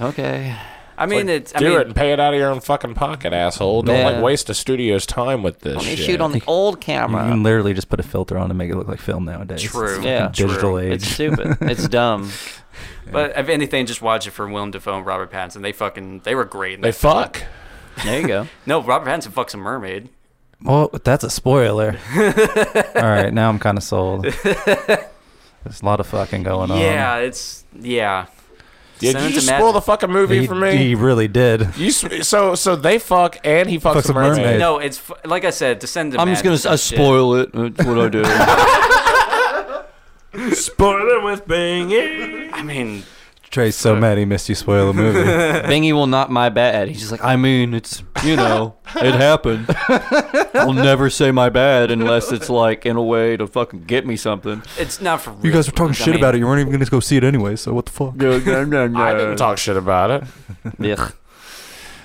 okay.
I mean, it's. I
do
mean,
it and pay it out of your own fucking pocket, asshole. Don't
Yeah.
like waste a studio's time with this.
Let me
shit.
shoot on the old camera.
You can literally just put a filter on to make it look like film nowadays. It's fucking
Yeah.
Digital age.
It's stupid. it's dumb.
But if anything, just watch it for Willem Dafoe and Robert Pattinson. They fucking they were great. in
They
that film.
fuck.
There you go.
No, Robert Pattinson fucks a mermaid.
Well, that's a spoiler. All right, now I'm kind of sold. There's a lot of fucking going on.
yeah, it's um, yeah.
Did
Send
you
it
just
to Matt-
spoil the fucking movie
He,
for me?
he really did.
You s- so so they fuck and he fucks,
Fucks
a
a
mermaid.
mermaid.
No, it's f- like I said, Descend.
I'm just going to spoil it. That's what I do.
Spoiler with Bingy.
I mean,
Trey's so mad he missed you spoil the movie.
Bingy will not my bad. He's just like, I mean, it's, you know, it happened. I'll never say my bad unless it's like in a way to fucking get me something.
It's not for real.
you guys were talking shit about it. You weren't even going to go see it anyway, so what the fuck?
I didn't talk shit about it.
Ugh.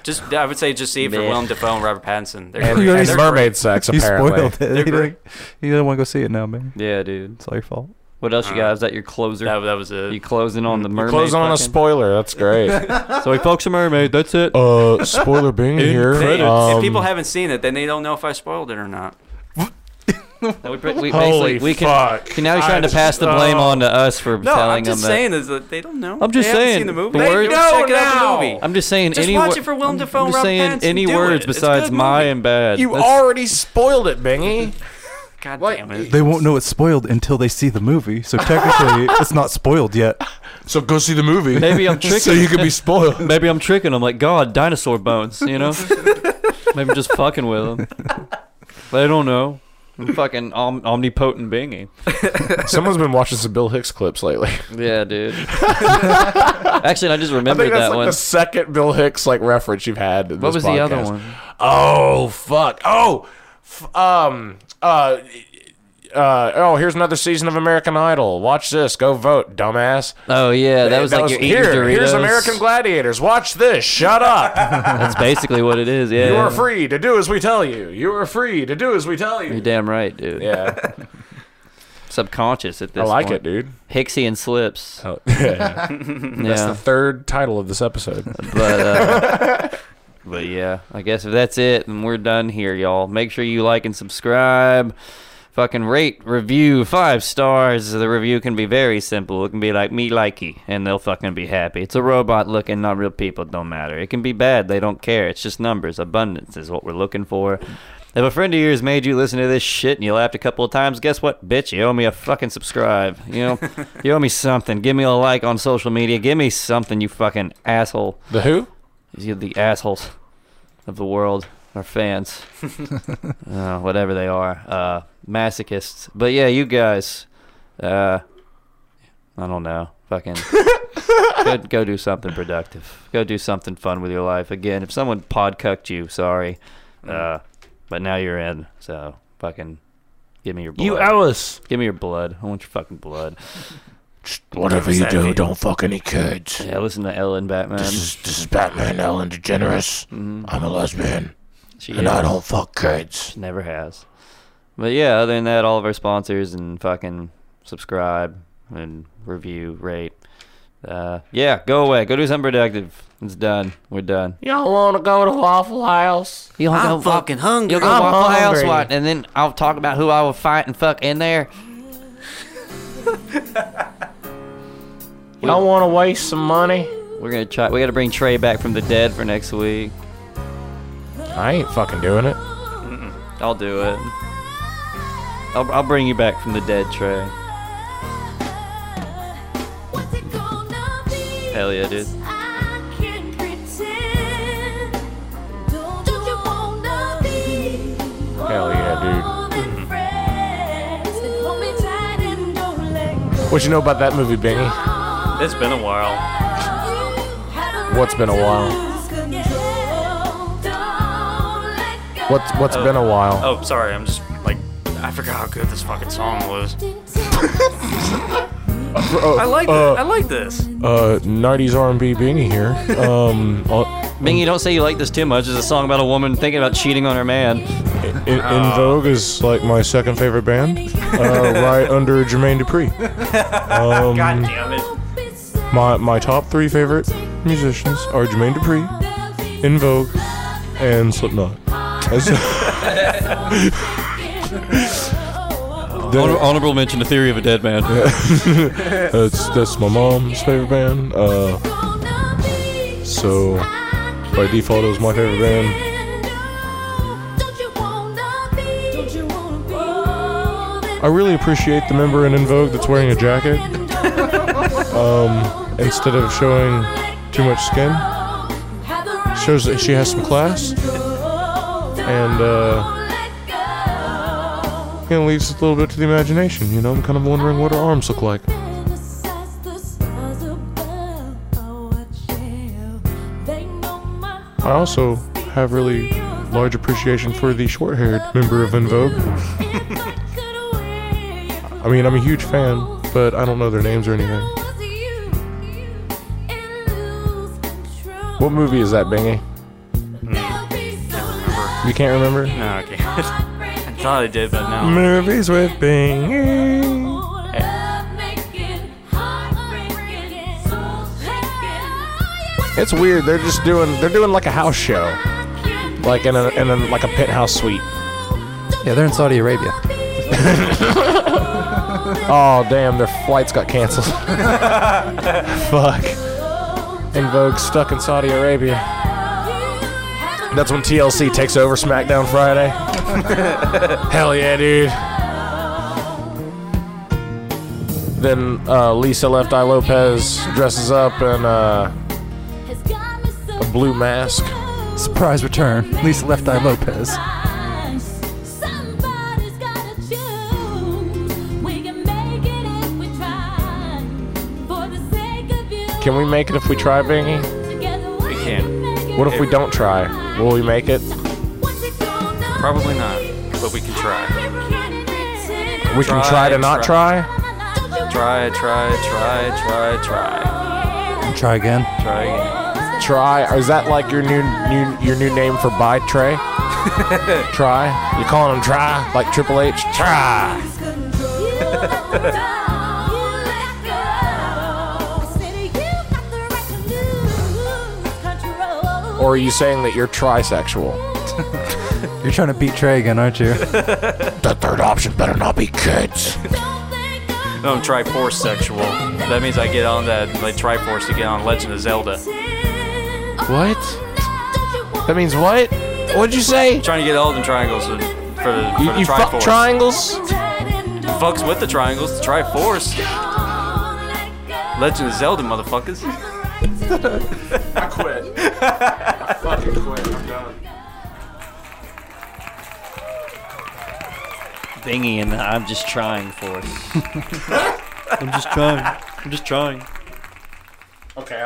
Just I would say just see it for
Meh.
Willem Dafoe and Robert Pattinson. They're
And,
great.
and
They're
mermaid
great.
sex
He
apparently.
spoiled it. He didn't- He doesn't want to go see it now, man.
Yeah, dude.
It's all your fault.
What else you got? Is that your closer?
Uh, That, that was Mm, it.
You closing on the mermaid?
Close on a
fucking-
spoiler. That's great.
so he fucks a mermaid. That's it.
Uh, spoiler being here.
They-
um,
if people haven't seen it, then they don't know if I spoiled it or not.
we, pre- we
Holy
basically- we can,
fuck.
can- now he's trying
I
to pass the blame
just-
on to us for
No,
telling
I'm just
them
saying is that they don't know.
I'm just
They haven't
saying,
seen the movie.
the
They
words-
go check
They
it out
that.
the movie.
I'm just saying.
Just
any
watch
wor-
it for Willem
I'm
Dafoe and
just
Robert
saying
Pattinson.
any
Do
words
it. It's a
besides
good
my
movie.
and bad.
You
That's-
already spoiled it, Bingy.
God damn it.
They won't know it's spoiled until they see the movie, so technically it's not spoiled yet.
So go see the movie.
Maybe I'm tricking.
so you could be spoiled.
Maybe I'm tricking them. Like God, dinosaur bones. You know. Maybe I'm just fucking with them. But I don't know. I'm fucking om- omnipotent bingy.
Someone's been watching some Bill Hicks clips lately.
Yeah, dude. Actually, I just remembered
I think that's
that
like
one.
the second Bill Hicks like reference you've had. in
What
this
was the other
podcast.
one?
Oh fuck! Oh, f- um, uh, uh, oh, here's another season of American Idol. Watch this. Go vote, dumbass.
Oh yeah, that was like your
here.
eating Doritos.
Here's American Gladiators. Watch this. Shut up.
That's basically what it is. Yeah.
You are free to do as we tell you. You are free to do as we tell
You're
you.
damn right, dude.
Yeah,
Subconscious at this
I like
point.
it, dude.
Hixie and Slips.
yeah. That's
Yeah.
the third title of this episode.
But uh, but yeah, I guess if that's it, then we're done here, y'all. Make sure you like and subscribe. Fucking rate, review, five stars. The review can be very simple. It can be like, me likey, and they'll fucking be happy. It's a robot looking, not real people, don't matter. It can be bad, they don't care. It's just numbers. Abundance is what we're looking for. If a friend of yours made you listen to this shit and you laughed a couple of times, guess what, bitch? You owe me a fucking subscribe. You know, you owe me something. Give me a like on social media. Give me something, you fucking asshole.
The who?
These are the assholes of the world, our fans, uh, whatever they are, uh, masochists. But yeah, you guys, uh, I don't know, fucking. go, go do something productive. Go do something fun with your life. Again, if someone podcucked you, sorry. Uh, but now you're in, so fucking give me your blood.
You
owe us. Give me your blood. I want your fucking blood.
Whatever you do, don't fuck any kids.
Yeah, listen to Ellen Batman.
This is this is Batman Ellen DeGeneres. I'm a lesbian,
Mm-hmm. She
and I
is.
don't fuck kids.
She never has. But yeah, other than that, all of our sponsors and fucking subscribe and review, rate. Uh, yeah, go away. Go do something productive. It's done. We're done.
Y'all want to go to Waffle House?
You'll go- You'll go
I'm
Waffle House,
hungry.
what? And then I'll talk about who I will fight and fuck in there.
Y'all want to waste some money?
We're gonna try. We gotta bring Trey back from the dead for next week.
I ain't fucking doing it.
I'll do it. I'll, I'll bring you back from the dead, Trey. Hell yeah, dude.
Hell yeah,
Mm-hmm.
dude. What you know about that movie, Bingy?
It's been a while.
What's been a while? What's what's
Oh.
been a while?
Oh, sorry. I'm just like I forgot how good this fucking song was. I like
uh,
thi- I like this.
Uh, 90s R&B Bingy here. Um, uh,
Bingy, don't say you like this too much. It's a song about a woman thinking about cheating on her man.
in, in Vogue is like my second favorite band, uh, right under Jermaine Dupri. Um,
God damn it.
My my top three favorite musicians are Jermaine Dupri, In Vogue, and Slipknot. That's-
Honor- honorable mention: The Theory of a Dead Man.
that's that's my mom's favorite band. Uh, so by default, it was my favorite band. I really appreciate the member in In Vogue that's wearing a jacket um, instead of showing too much skin. Shows that she has some class and uh, you know, leaves a little bit to the imagination. You know, I'm kind of wondering what her arms look like. I also have really large appreciation for the short-haired member of In Vogue. I mean, I'm a huge fan, but I don't know their names or anything. What movie is that, Bingy? You can't remember?
Hmm. No, I can't. I thought I did, but no.
Movies with Bingy. It's weird. They're just doing. They're doing like a house show, like in a in a, like a penthouse suite.
Yeah, they're in Saudi Arabia.
oh damn, their flights got canceled. Fuck. In Vogue stuck in Saudi Arabia. That's when TLC takes over SmackDown Friday. Hell yeah, dude. Then uh, Lisa Left Eye Lopez dresses up in uh, a blue mask.
Surprise return. Lisa Left Eye Lopez.
Can we make it if we try, Bingy?
We can't.
What if we don't try? Will we make it?
Probably not, but we can try.
We can try to not try.
Try, try, try, try, try.
Try again.
Try again.
Try. Is that like your new new your new name for buy Trey? try. You calling him try like Triple H? Try. Or are you saying that you're trisexual?
You're trying to beat Trey again, aren't you?
The third option better not be kids.
I'm Triforce sexual. That means I get on that like Triforce to get on Legend of Zelda.
What? That means what? What'd you say?
Trying to get all the triangles for, for the, for
You,
the
you
Triforce.
fuck triangles?
Fucks with the triangles, the Triforce. Legend of Zelda, motherfuckers.
I quit. I fucking quit. I'm done.
Thingy, and I'm just trying for it.
I'm just trying. I'm just trying.
Okay.